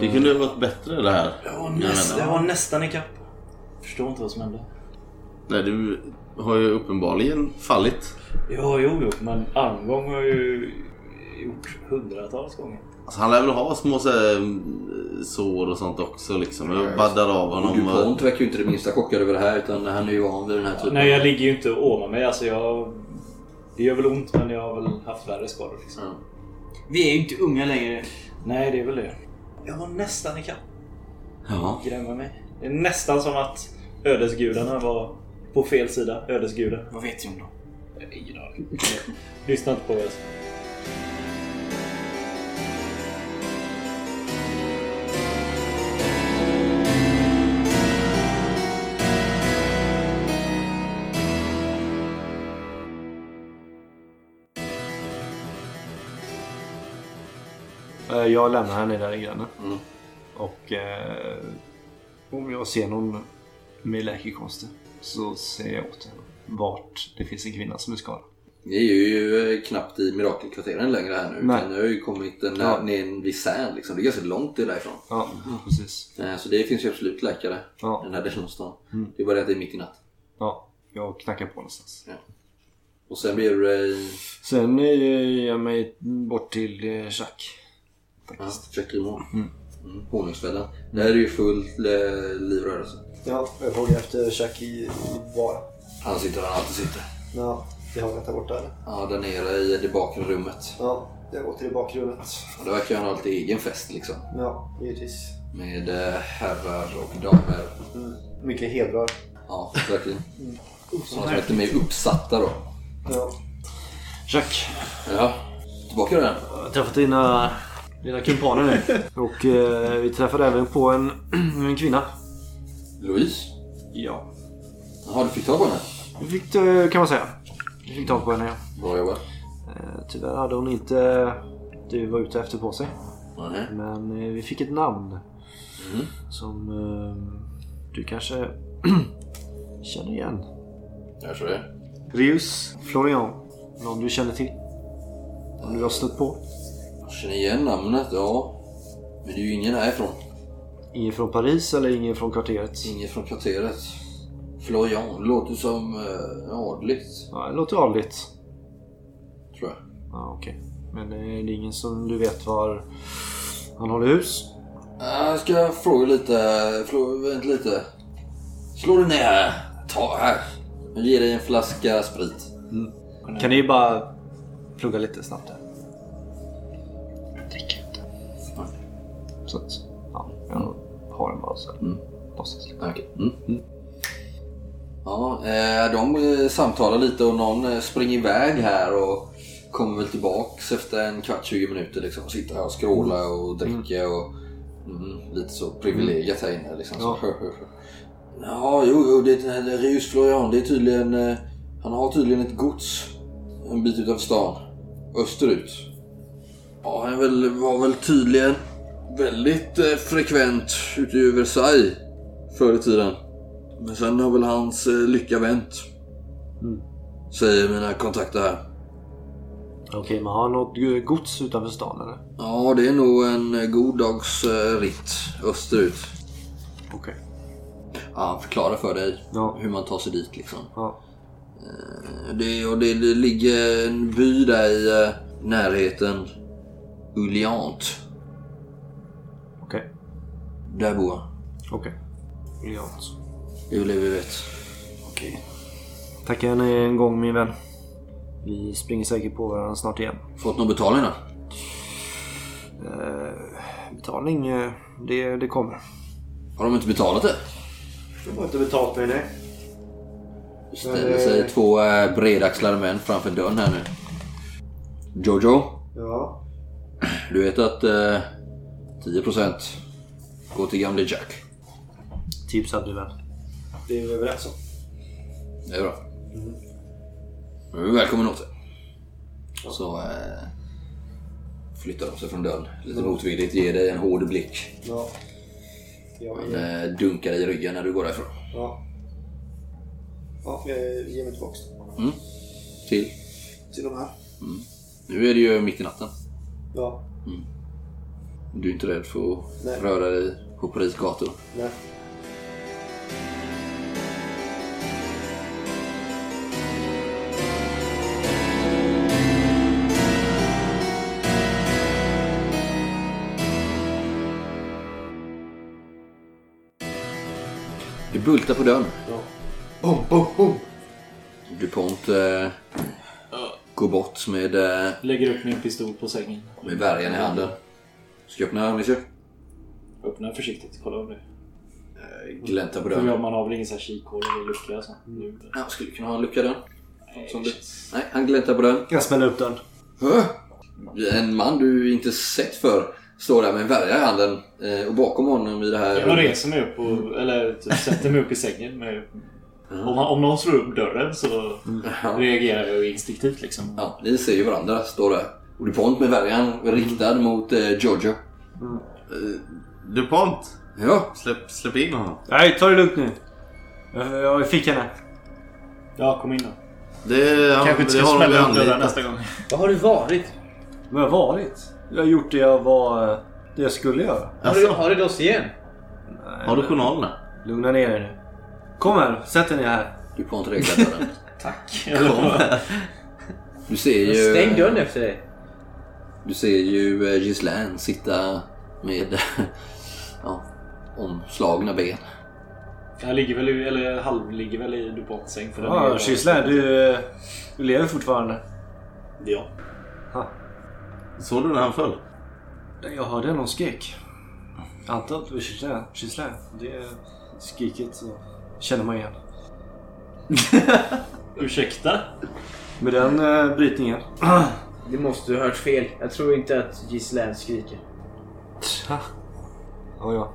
S4: Det kunde ha varit bättre det här.
S6: Jag var,
S4: mina
S6: näst,
S4: vänner.
S6: jag var nästan ikapp. Förstår inte vad som hände.
S4: Nej, du har ju uppenbarligen fallit.
S6: Ja, jo, jo, men armgång har jag ju gjort hundratals gånger.
S4: Alltså, han lär väl ha små så här, mm, sår och sånt också liksom. Jag baddar av
S2: Och du
S4: honom. Och...
S2: Pont verkar ju inte det minsta chockad över det här utan han är ju van vid den här typen
S6: Nej, jag ligger ju inte och åmar mig. Alltså, jag... Det gör väl ont, men jag har väl haft värre skador. Liksom.
S2: Mm.
S5: Vi är ju inte unga längre.
S6: Nej, det är väl det. Jag var nästan ikapp.
S4: Ja.
S6: Grämma mig. Det är nästan som att ödesgudarna var på fel sida. Ödesgudar.
S5: Vad vet jag om dem?
S6: Ingen aning. Lyssna inte på vad jag säger.
S3: Eh, Jag lämnar henne där i grannen.
S5: Mm.
S3: Och eh, om jag ser någon med läkekonster så säger jag åt henne vart det finns en kvinna som är skadad.
S2: Ni är ju eh, knappt i mirakelkvarteren längre här nu.
S3: Nej.
S2: Utan ni har ju kommit en, eh,
S3: Ja.
S2: ner en visär liksom. Det är ganska långt det därifrån.
S3: Ja,
S5: Mm.
S3: precis.
S2: Eh, Så det finns ju absolut läkare
S3: Ja.
S2: i den här delen av stan.
S3: Mm.
S2: Det är bara det att det är mitt i natten.
S3: Ja, jag knackar på någonstans.
S2: Och sen blir det... eh,
S3: Sen eh, ger jag mig bort till eh, Jacques.
S2: Ja, check imorgon. Mm. Honungsfällan. Där är det ju full eh, livrörelse.
S7: Ja, jag frågar efter Chuck i, i bara.
S2: Han sitter där han alltid sitter.
S7: Ja, det har vi inte borta eller?
S2: Ja, där nere i det bakre rummet.
S7: Ja, jag går till det bakrummet.
S2: Och där verkar han ha lite egen fest liksom.
S7: Ja, givetvis.
S2: Med eh, herrar och damer.
S7: Mm. Mycket hedrar.
S2: Ja, verkligen.
S7: Mm.
S2: Sådana som är lite mer uppsatta då.
S7: Ja.
S3: Jacques.
S2: Ja, tillbaka då.
S3: Jag har träffat dina, dina kumpaner nu. Och eh, vi träffade även på en, en kvinna.
S2: Louise?
S3: Ja.
S2: Jaha, du fick tag på henne?
S3: Vi fick, eh, kan man säga. Vi fick tag på henne ja.
S2: Bra jobbat.
S3: Eh, Tyvärr hade hon inte eh, det vi var ute efter på sig.
S2: Nej.
S3: Men eh, vi fick ett namn.
S2: Mm.
S3: Som eh, du kanske känner igen.
S2: Jag tror det.
S3: Rius Florian. Någon du känner till? Någon du har stött på?
S2: Jag känner igen namnet, ja. Men det är ju ingen härifrån.
S3: Ingen från Paris eller ingen från kvarteret?
S2: Ingen från kvarteret. Florian, det låter som eh, adligt.
S3: Ja, det låter adligt.
S2: Tror jag.
S3: Ja, okej. Men eh, det är ingen som du vet var han håller hus?
S2: Jag ska fråga lite. Flo, vänta lite. Slå dig ner här. Ta här. Jag ger dig en flaska sprit.
S3: Kan ni bara plugga lite snabbt här? Så att, ja, jag har den bara så. här. Mm. Låtsas lite.
S2: Okej. Mm. Ja, eh, de eh, samtalar lite och någon eh, springer iväg här och kommer väl tillbaks efter en kvart, 20 minuter liksom. Och sitter här och skrålar och dricker och mm, lite så privilegierat här inne liksom. Så. Ja, jo, jo, det är det är Rius Florian. Det är tydligen... eh, Han har tydligen ett gods en bit utanför stan. Österut. Ja, han är väl, var väl tydligen väldigt eh, frekvent ute i Versailles förr i tiden. Men sen har väl hans eh, lycka vänt.
S3: Mm.
S2: Säger mina kontakter här.
S3: Okej, men har han något eh, gods utanför stan eller?
S2: Ja, det är nog en eh, god dags eh, ritt österut.
S3: Okej.
S2: Ja, han förklarar för dig
S3: Ja.
S2: hur man tar sig dit liksom.
S3: Ja.
S2: Eh, Det, och det, det ligger en by där i eh, närheten. Uliant.
S3: Okej.
S2: Där bor han.
S3: Okej. Briljant.
S2: Det är väl det vi vet.
S3: Okej. Tackar en, en gång min vän. Vi springer säkert på varandra snart igen.
S2: Fått någon betalning då?
S3: Eh, betalning, eh, det, det kommer.
S2: Har de inte betalat det?
S3: Du har inte betalt mig nej.
S2: Det ställer sig två eh, bredaxlade män framför dörren här nu. Jojo,
S7: Ja.
S2: du vet att eh, 10% går till gamle Jack.
S3: Tips hade du väl?
S7: Det är vi överens om.
S2: Det är bra. Nu är vi välkommen åter. Och så eh, flyttar de sig från dörren. Lite motvilligt, ger dig en hård blick.
S7: Ja. Ja,
S2: Men
S7: ja.
S2: eh, dunkar dig i ryggen när du går därifrån.
S7: ja. ja jag ger mig tillbaks
S2: Mm. Till.
S7: till de här.
S2: Nu är det ju mitt i natten.
S7: Ja.
S2: Du är inte rädd för att
S7: Nej.
S2: röra dig på Paris gator?
S7: Nej.
S2: Du bultar på dörren.
S7: Ja.
S2: Bom, bom, bom. DuPont eh, går eh, bort med, eh,
S6: Lägger upp min pistol på sängen.
S2: med värjan i handen. Ska jag öppna, monsieur?
S6: Öppnar försiktigt. Kolla om det
S2: Glänta på
S6: Då gör
S2: dörren.
S6: man har väl ingen sån här kikhål eller lucka alltså. Nu.
S2: Han skulle kunna ha en lucka där. Som du. Nej, han gläntar på dörren.
S3: Jag smäller upp dörren.
S2: Hö? En man du inte sett för står där med en värja i handen. eh, Och bakom honom i det här...
S6: Jag reser mig upp och, eller typ, sätter mig upp i sängen. Med, om, man- om någon slår upp dörren så reagerar jag ju instinktivt liksom.
S2: Ja, ni ser ju varandra stå där. Och DuPont med värjan riktad mot eh, Giorgio.
S4: DuPont?
S2: Ja?
S4: Släpp, släpp in honom.
S3: Nej, ta det lugnt nu. Eh, Jag fick henne.
S6: Ja, kom in då.
S4: Det, han,
S6: Kanske inte
S4: det
S6: ska
S4: har de ju
S6: smälla upp dörren
S4: anlitat.
S6: nästa gång.
S10: Var har du varit?
S3: Vad har jag varit? Jag har gjort det jag var... eh, Det jag skulle göra.
S10: Har du, har du dossiern?
S4: Har du journalerna?
S3: Lugna ner er nu. Kom här, sätt er ner här.
S2: DuPont reglar dörren.
S10: Tack.
S2: Du ser ju...
S10: Stäng dörren efter dig.
S2: Du ser ju eh, Gislaine sitta med ja, omslagna ben.
S6: Jag ligger väl i, eller halv ligger väl i DuPonts säng. För den är
S3: Ja,
S6: ju-
S3: Kyssle, du, eh, du lever fortfarande.
S6: Ja.
S4: Såg du när han föll?
S3: Jag hörde någon skrek. Jag Antar att det var Kyssle. Kyssle, det skriket så känner man igen.
S6: Ursäkta?
S3: Med den eh, brytningen.
S10: Det måste du ha hört fel. Jag tror inte att Gislaine skriker.
S3: Ja, ja.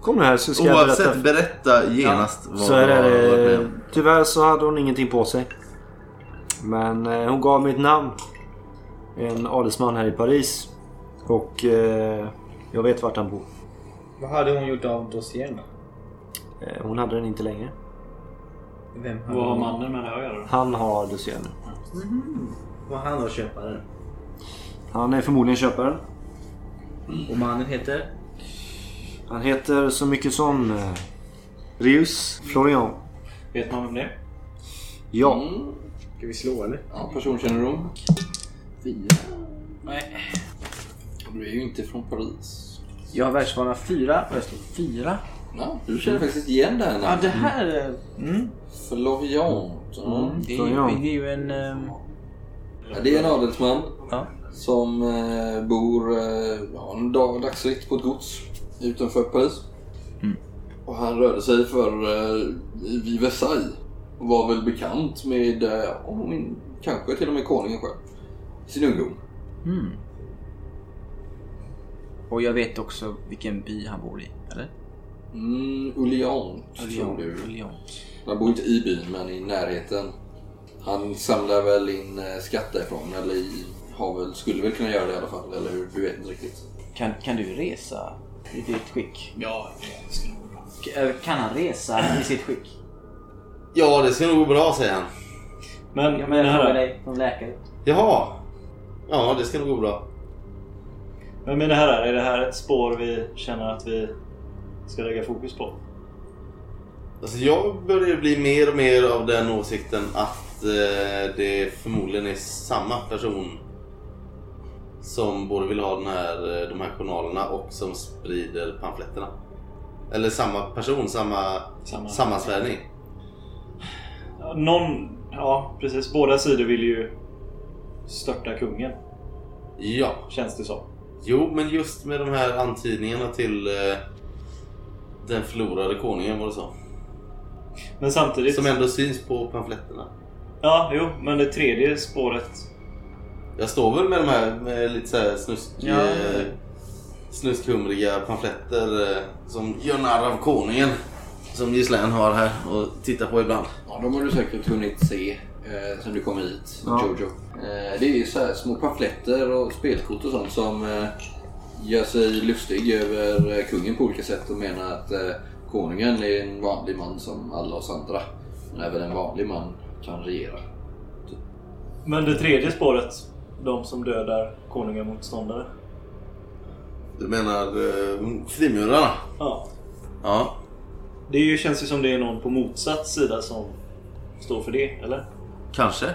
S3: Kom nu här så ska jag berätta.
S4: Oavsett, berätta genast vad
S3: Så är
S4: vad- vad
S3: det.
S4: det
S3: eh,
S4: blev.
S3: Tyvärr så hade hon ingenting på sig. Men eh, hon gav mitt namn. En adelsman här i Paris. Och eh, jag vet vart han bor.
S10: Vad hade hon gjort av dossiern då?
S3: Eh, Hon hade den inte längre.
S10: Vem hade
S6: Vad har
S10: hon-
S6: mannen med det här att göra då?
S3: Han har Luciano.
S10: Var han då köparen?
S3: Han är förmodligen köparen.
S10: Och mannen heter?
S3: Han heter så mycket som eh, Rius Florian.
S6: Vet man vem det är?
S3: Ja.
S2: Mm.
S10: Ska vi slå eller?
S2: Ja, personkännedom. Fyra.
S5: Nej.
S2: Och Du är ju inte från Paris.
S10: Jag har världsvana fyra och jag slog fyra.
S2: Ja, du känner faktiskt igen det här
S10: Ja, det
S2: namnet.
S10: här... är- Mm.
S2: Flaviant. Ja.
S10: Det, är
S3: Florian.
S10: ju, det är ju en... ehm,
S2: Ja, Det är en adelsman
S10: Ja.
S2: som eh, bor eh, ja, en dag, dagsritt på ett gods utanför Paris.
S10: Mm.
S2: Och han rörde sig för eh, vid Versailles. Och var väl bekant med, eh, om in, kanske till och med konungen själv, i sin ungdom.
S10: Mm. Och jag vet också vilken by han bor i, eller?
S2: Mm, Ulliant tror du.
S10: Lyon.
S2: Han bor inte i byn men i närheten. Han samlar väl in eh, skatt därifrån eller i, har väl, skulle väl kunna göra det i alla fall. Eller hur? Du vet inte riktigt.
S10: Kan, kan du resa i ditt skick?
S5: Ja, det ska nog gå bra.
S10: K- eh, Kan han resa i sitt skick?
S4: Ja, det ska nog gå bra, säger han.
S6: Men,
S10: Jag
S6: mina
S10: menar, frågar
S6: herrar,
S10: dig som läkare.
S4: Jaha. Ja, det ska nog gå bra.
S6: men mina herrar, är det här ett spår vi känner att vi ska lägga fokus på?
S4: Alltså, jag börjar bli mer och mer av den åsikten att eh, det förmodligen är samma person som både vill ha den här, eh, de här journalerna och som sprider pamfletterna. Eller samma person, samma,
S6: Samma-
S4: sammansvärjning.
S6: Ja, Någon, ja precis. Båda sidor vill ju störta kungen,
S4: Ja.
S6: känns det som.
S4: Jo, men just med de här antydningarna till eh, den förlorade konungen var det så.
S6: Men samtidigt...
S4: Som ändå syns på pamfletterna.
S6: Ja, jo, men det tredje spåret...
S4: Jag står väl med de här med lite så här snusk,
S10: Ja.
S4: eh, snuskhumriga pamfletter eh, som gör narr av konungen. Som Gislaine har här och tittar på ibland.
S2: Ja, de har du säkert hunnit se eh, sen du kom hit,
S3: Ja.
S2: Jojo. Eh, det är ju så här små pamfletter och spelkort och sånt som eh, gör sig lustig över eh, kungen på olika sätt och menar att eh, konungen är en vanlig man som alla oss andra. Men även en vanlig man kan regera.
S6: Men det tredje spåret, de som dödar konungamotståndare.
S4: Du menar eh, frimurarna?
S6: Ja.
S4: Ja.
S6: Det är ju, känns ju som det är någon på motsatt sida som står för det, eller?
S4: Kanske.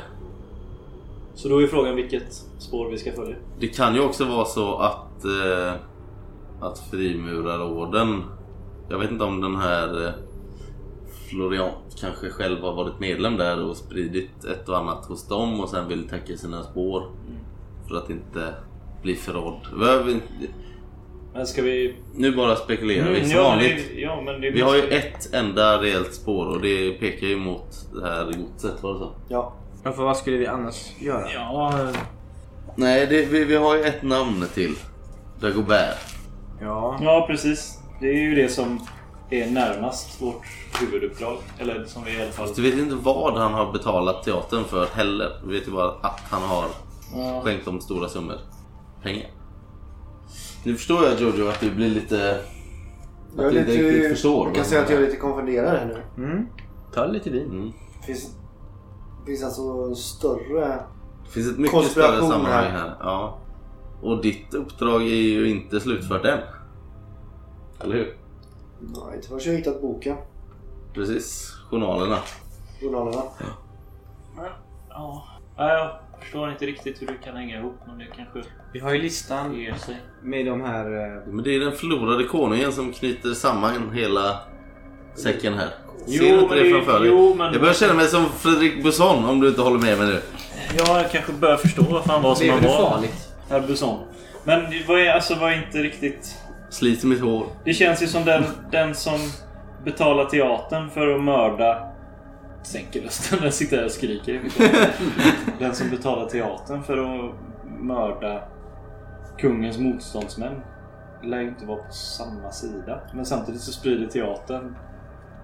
S6: Så då är frågan vilket spår vi ska följa.
S4: Det kan ju också vara så att, eh, att frimurarorden... Jag vet inte om den här eh, Florian kanske själv har varit medlem där och spridit ett och annat hos dem och sen vill täcka sina spår för att inte bli förrådd. Vad-
S6: Men ska vi...
S4: Nu bara spekulerar vi
S6: Mm,
S4: som
S6: ja, men det-
S4: vanligt.
S6: ja, men det-
S4: vi har ju ett enda rejält spår och det pekar ju mot det här godset, var det så?
S7: Ja.
S10: Ja, för vad skulle vi annars göra?
S6: Ja,
S4: Nej, det, vi, vi har ju ett namn till. Dagobert.
S10: Ja.
S6: ja, precis. Det är ju det som är närmast vårt huvuduppdrag. Eller som vi i alla fall...
S4: Fast vi vet inte vad han har betalat teatern för heller. Vi vet ju bara att han har
S6: Ja.
S4: skänkt dem stora summor pengar. Nu förstår jag Jojo att du blir lite... Att
S7: Jag är
S4: du inte riktigt
S7: lite,
S4: förstår.
S7: jag kan
S4: vad-
S7: säga att jag är lite konfunderad här nu.
S10: Mm.
S8: Ta lite vin.
S4: Mm.
S7: Finns, finns alltså en större...
S4: Det finns ett mycket
S7: Konspiration
S4: större sammanhang
S7: här.
S4: här. Ja. Och ditt uppdrag är ju inte slutfört än. Eller hur?
S7: Nej, inte förrän jag hittat boken.
S4: Precis. Journalerna.
S7: Journalerna.
S6: Ja. ja, jag förstår inte riktigt hur du kan hänga ihop men det kanske
S10: Vi har ju listan
S6: ger sig.
S10: med de här... eh,
S4: Men det är den förlorade konungen som knyter samman hela säcken här.
S6: Jo,
S4: Ser du inte
S6: men
S4: det
S6: det-
S4: framför dig?
S6: jo, men-
S4: Jag börjar känna mig som Fredrik Busson om du inte håller med mig nu.
S6: Ja, jag kanske börjar förstå varför han var som
S10: Lever du
S6: han var.
S10: farligt?
S6: Herr Busson. Men det var, alltså, var inte riktigt...
S4: Sliter mitt hår.
S6: Det känns ju som den, den som betalar teatern för att mörda... Sänker rösten, jag sitter här och skriker. i mikrofonen. den som betalar teatern för att mörda kungens motståndsmän lär ju inte vara på samma sida. Men samtidigt så sprider teatern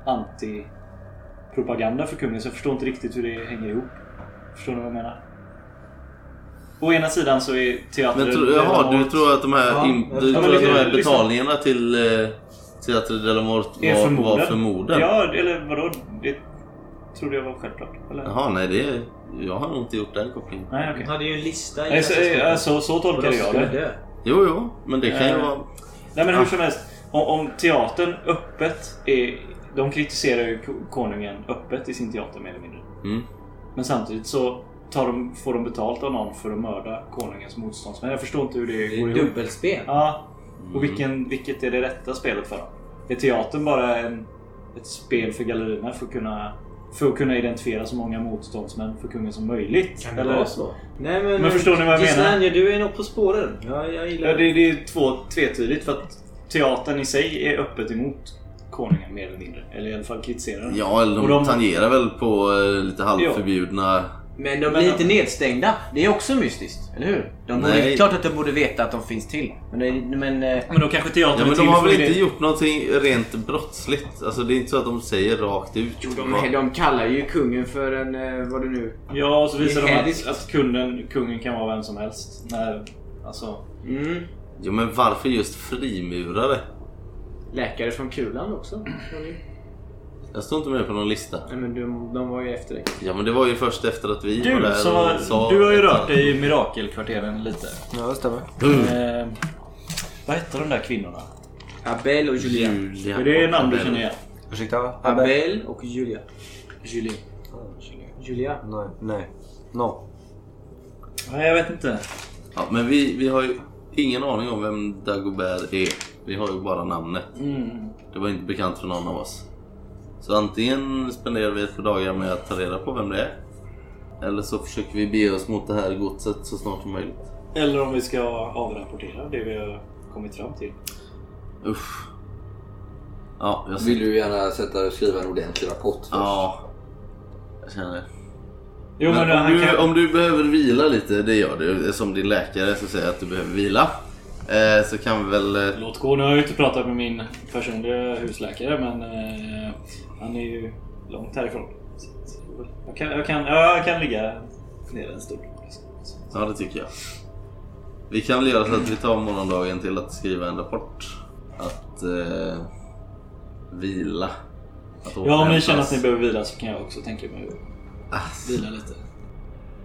S6: anti-propaganda för kungen så jag förstår inte riktigt hur det hänger ihop. Förstår ni vad jag menar? Å ena sidan så är teatern...
S4: Men tro, jaha, du
S6: redan-
S4: tror att de här,
S10: Ja,
S4: im-
S10: jag
S4: du
S10: tror-
S4: tror att de här
S6: liksom-
S4: betalningarna till eh, Teater de la Morte
S6: Är
S4: var,
S6: förmodad.
S4: var förmoden?
S6: Ja, eller vadå? Det trodde jag var självklart. Eller?
S4: Jaha, nej det... Jag har nog inte gjort den kopplingen.
S6: Nej, okej.
S10: Vi hade ju en lista
S6: Nej, så, eh, så, så tolkade jag det.
S4: Jo, jo, men det kan ju
S6: Eh.
S4: vara...
S6: Nej, men hur som helst. Om, om teatern öppet är... De kritiserar ju ko- konungen öppet i sin teater mer eller mindre.
S4: Mm.
S6: Men samtidigt så tar de, får de betalt av någon för att mörda konungens motståndsmän. Jag förstår inte hur det går ihop.
S10: Dubbelspel.
S6: Ja, och vilken, vilket är det rätta spelet för dem? Är teatern bara en, ett spel för gallerierna för att kunna för att kunna identifiera så många motståndsmän för kungen som möjligt.
S10: Kan det vara så? Nej,
S6: Men förstår ni vad jag menar?
S10: Gislaine, du är nog på spåren. Ja, jag gillar
S6: Ja, det, det är två tvetydigt för att teatern i sig är öppet emot konungen mer eller mindre. Eller i alla fall kritiserar den.
S4: Ja, eller de,
S6: Och de-
S4: tangerar väl på eh, lite halvförbjudna...
S10: Men de
S6: Men-
S10: blir inte nedstängda. Det är också mystiskt, eller hur? De borde,
S4: Nej.
S10: Klart att de borde veta att de finns till. Men, det, men eh,
S6: Men då kanske teatern
S4: Ja,
S6: är
S4: men de
S6: till
S4: har väl
S6: för
S4: inte
S6: det.
S4: gjort någonting rent brottsligt? Alltså det är inte så att de säger rakt ut.
S10: jo, de, de kallar ju kungen för en... eh, Vad det nu...
S6: Ja, och så visar
S10: Det
S6: de
S10: är
S6: att,
S10: hädiskt.
S6: att kunden, kungen kan vara vem som helst. När, alltså,
S10: Mm.
S4: Jo, men varför just frimurare?
S10: Läkare från Kulan också. var det ju.
S4: Jag står inte med på någon lista.
S10: Nej, men de, de var ju efter dig.
S4: Ja, men det var ju först efter att vi var
S6: du,
S4: där
S6: som,
S4: och sa...
S6: du har ju rört dig i mirakelkvarteren lite.
S10: Ja, det stämmer.
S6: Eh, vad hette de där kvinnorna?
S10: Abel och Julia.
S4: Julia.
S6: För det är namn du känner igen.
S3: Ursäkta?
S10: Abel och Julia. Julia. Julia.
S3: Nej, nej. No.
S6: Nej, jag vet inte.
S4: Ja, men vi, vi har ju ingen aning om vem Dagobert är. Vi har ju bara namnet.
S6: Mm.
S4: Det var inte bekant för någon av oss. Så antingen spenderar vi ett par dagar med att ta reda på vem det är. Eller så försöker vi bege oss mot det här godset så snart som möjligt.
S6: Eller om vi ska avrapportera det vi har kommit fram till.
S4: Usch. Ja, jag
S2: Vill
S4: ser.
S2: du gärna sätta dig och skriva en ordentlig rapport först?
S4: Ja. Jag känner det.
S6: Jo, men,
S4: men om,
S6: han
S4: du,
S6: kan...
S4: om du behöver vila lite, det gör du. Som din läkare så säger jag att du behöver vila. Eh, så kan vi väl... eh,
S6: Låt gå, nu har jag ju inte pratat med min personliga husläkare men eh, han är ju långt härifrån. Så att- Jag kan, jag kan, ja, jag kan ligga nere en stund.
S4: Ja, det tycker jag. Vi kan väl göra så att vi tar morgondagen till att skriva en rapport. Att eh, vila. Att
S6: Ja, om ni
S4: återhämta
S6: känner
S4: oss.
S6: att ni behöver vila så kan jag också tänka mig att vila lite.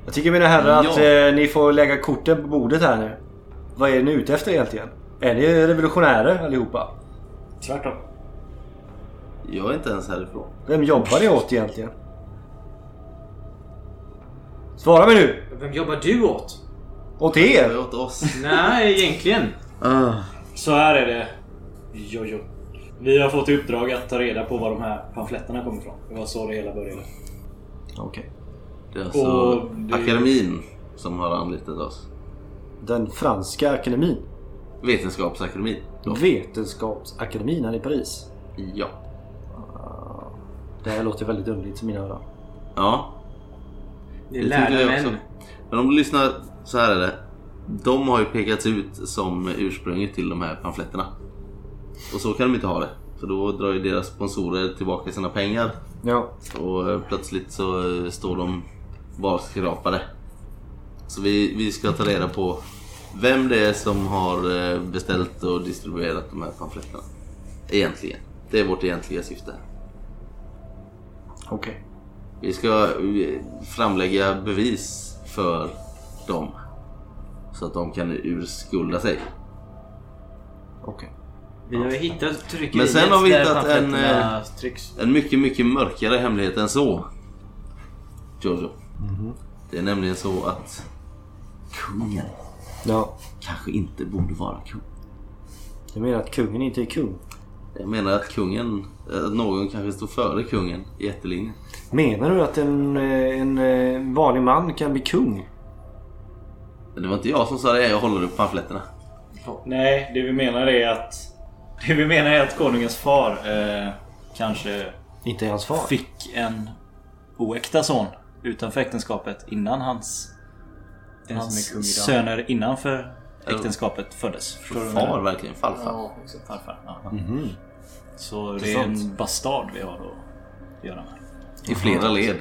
S3: Jag tycker mina herrar att
S4: Ja.
S3: eh, ni får lägga korten på bordet här nu. Vad är ni ute efter egentligen? Är ni revolutionärer allihopa?
S6: Tvärtom.
S4: Jag är inte ens härifrån.
S3: Vem jobbar ni åt egentligen? Svara mig nu!
S10: Vem jobbar du åt?
S3: Åt
S4: Jag är
S3: er!
S4: åt oss.
S10: Nej, egentligen.
S4: Ah.
S6: Så här är det. Jo, jo. Vi har fått i uppdrag att ta reda på var de här pamfletterna kommer ifrån. Det var så det hela började.
S3: Okej.
S4: Det är alltså
S6: Och det-
S4: akademin som har anlitat oss.
S3: Den franska akademin.
S4: Vetenskapsakademin.
S3: Vetenskapsakademin här i Paris.
S4: Ja.
S3: Det här låter väldigt underligt i mina öron.
S4: Ja.
S10: Det är
S4: Det tycker
S10: lärda
S4: jag
S10: män.
S4: också. Men om du lyssnar, så här är det. De har ju pekats ut som ursprunget till de här pamfletterna. Och så kan de inte ha det. För då drar ju deras sponsorer tillbaka sina pengar.
S3: Ja.
S4: Och eh, plötsligt så eh, står de barskrapade. Så vi, vi ska ta reda på vem det är som har eh, beställt och distribuerat de här pamfletterna. Egentligen. Det är vårt egentliga syfte.
S3: Okej.
S4: Vi ska eh, framlägga bevis för dem. Så att de kan urskulda sig.
S3: Okej.
S5: Vi har ju hittat tryckeriet
S4: Men sen har vi
S5: där
S4: hittat en,
S5: pamfletterna
S4: eh,
S5: trycks.
S4: en mycket, mycket mörkare hemlighet än så. Jojo. Det är nämligen så att kungen
S3: Ja.
S4: kanske inte borde vara kung.
S3: Du menar att kungen inte är kung?
S4: Jag menar att kungen, att någon kanske står före kungen i ättelinjen.
S3: Menar du att en, eh, en eh, vanlig man kan bli kung?
S4: Men Det var inte jag som sa det, jag håller upp pamfletterna.
S6: Nej, det vi menar är att... Det vi menar är att konungens far eh, kanske
S3: Inte hans far?
S5: Fick en oäkta son utanför äktenskapet innan hans,
S10: Den som är kung
S5: hans
S10: idag.
S5: söner innanför äktenskapet föddes. Förstår du vad jag
S4: Far
S5: menar?
S4: verkligen, farfar.
S10: Ja, exakt.
S5: Farfar, ja.
S3: Mhm.
S5: Så det är
S3: Intressant.
S5: en bastard vi har att göra med.
S4: I flera led.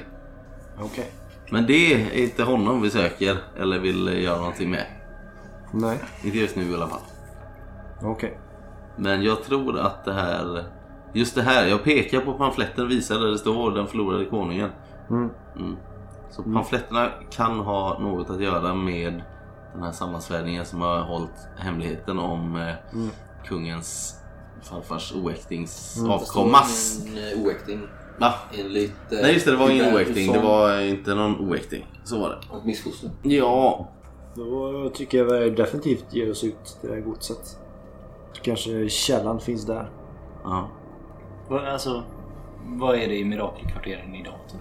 S3: Okej.
S4: Men det är inte honom vi söker eller vill göra någonting med.
S3: Nej.
S4: Inte just nu i alla fall.
S3: Okej.
S4: Men jag tror att det här... Just det här, jag pekar på pamfletten visar där det står den förlorade konungen.
S3: Mm.
S4: Mm. Så pamfletterna kan ha något att göra med den här sammansvärjningen som har hållit hemligheten om eh,
S3: Mm.
S4: kungens farfars oäktings
S3: Mm.
S4: avkommas.
S2: En eh, oäkting.
S4: Va?
S2: Enligt... eh,
S4: Nej just det, det var ingen
S2: Hubert
S4: oäkting. Det
S2: Husson
S4: var inte någon oäkting. Så var det.
S2: Och missfoster.
S4: Ja,
S3: Då tycker jag väl definitivt ger oss ut till det här godset. Kanske källan finns där.
S4: ja.
S5: Vad- Alltså, vad är det i mirakelkvarteren idag? typ?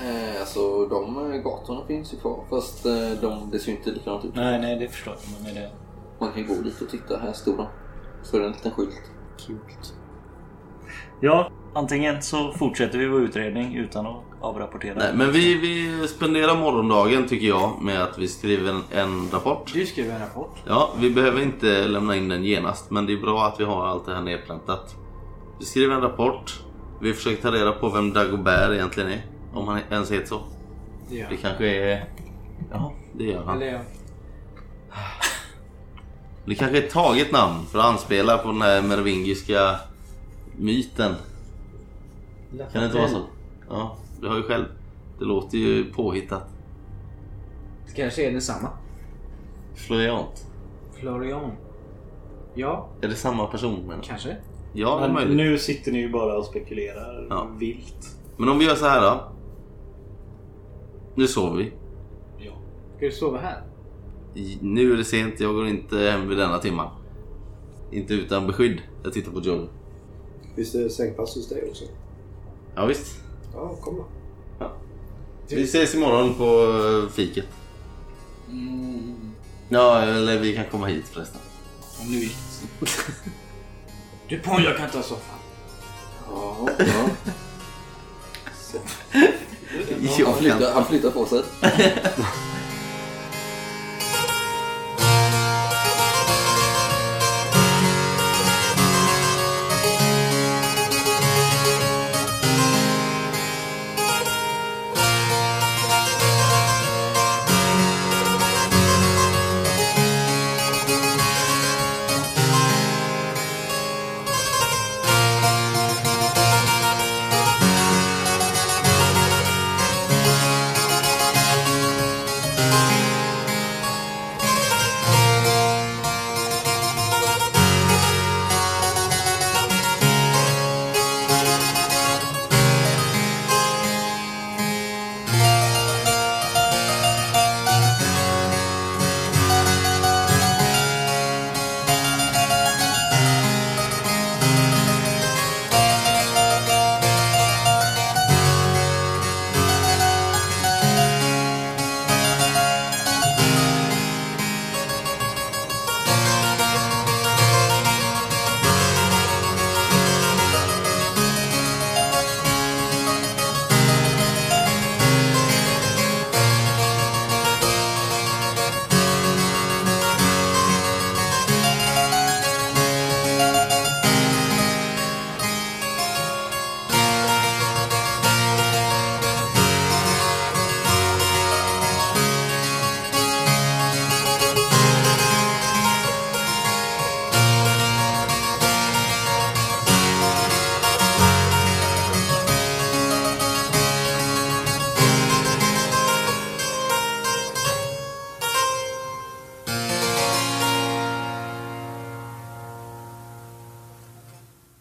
S2: Eh, alltså de eh, gatorna finns ju kvar. Fast eh, de, det ser ju inte likadant ut.
S5: Nej, nej, det förstår jag. Men är det
S2: Man kan ju gå dit och titta. Här står de. Så är det en liten skylt.
S5: kult? Ja, antingen så fortsätter vi vår utredning utan att avrapportera.
S4: Nej, men vi, vi spenderar morgondagen tycker jag med att vi skriver en, en rapport.
S10: Du skriver en rapport.
S4: Ja, vi behöver inte lämna in den genast men det är bra att vi har allt det här nedpräntat. Vi skriver en rapport. Vi försöker ta reda på vem Dagobert egentligen är. Om han ens heter så.
S10: Det gör
S4: Det
S10: jag.
S4: kanske är... Ja, det gör han.
S10: Eller jag.
S4: Det kanske är ett taget namn för att anspela på den här merovingiska myten. Kan det inte vara så? Ja, du har ju själv. Det låter ju påhittat.
S10: Det kanske är detsamma.
S4: Floriant.
S10: Florian. Ja,
S4: Är det samma person menar du?
S10: kanske.
S4: Ja, det är
S6: Men
S4: möjligt.
S6: nu sitter ni ju bara och spekulerar
S4: Ja.
S6: vilt.
S4: Men om vi gör så här då. Nu sover vi.
S10: Ska du sova här?
S4: I- Nu är det sent, jag går inte hem vid denna timma. Inte utan beskydd. Jag tittar på Joe.
S7: Visst är det sängpass hos dig också?
S4: Ja, visst.
S7: Ja, kom då.
S4: Vi ses imorgon på eh, fiket. Ja, eller vi kan komma hit förresten.
S10: Mm. Om du vill. Du på, jag kan ta soffan.
S2: Ja, ja.
S4: Jag
S2: Han,
S4: kan-
S2: flyttar, han flyttar på sig.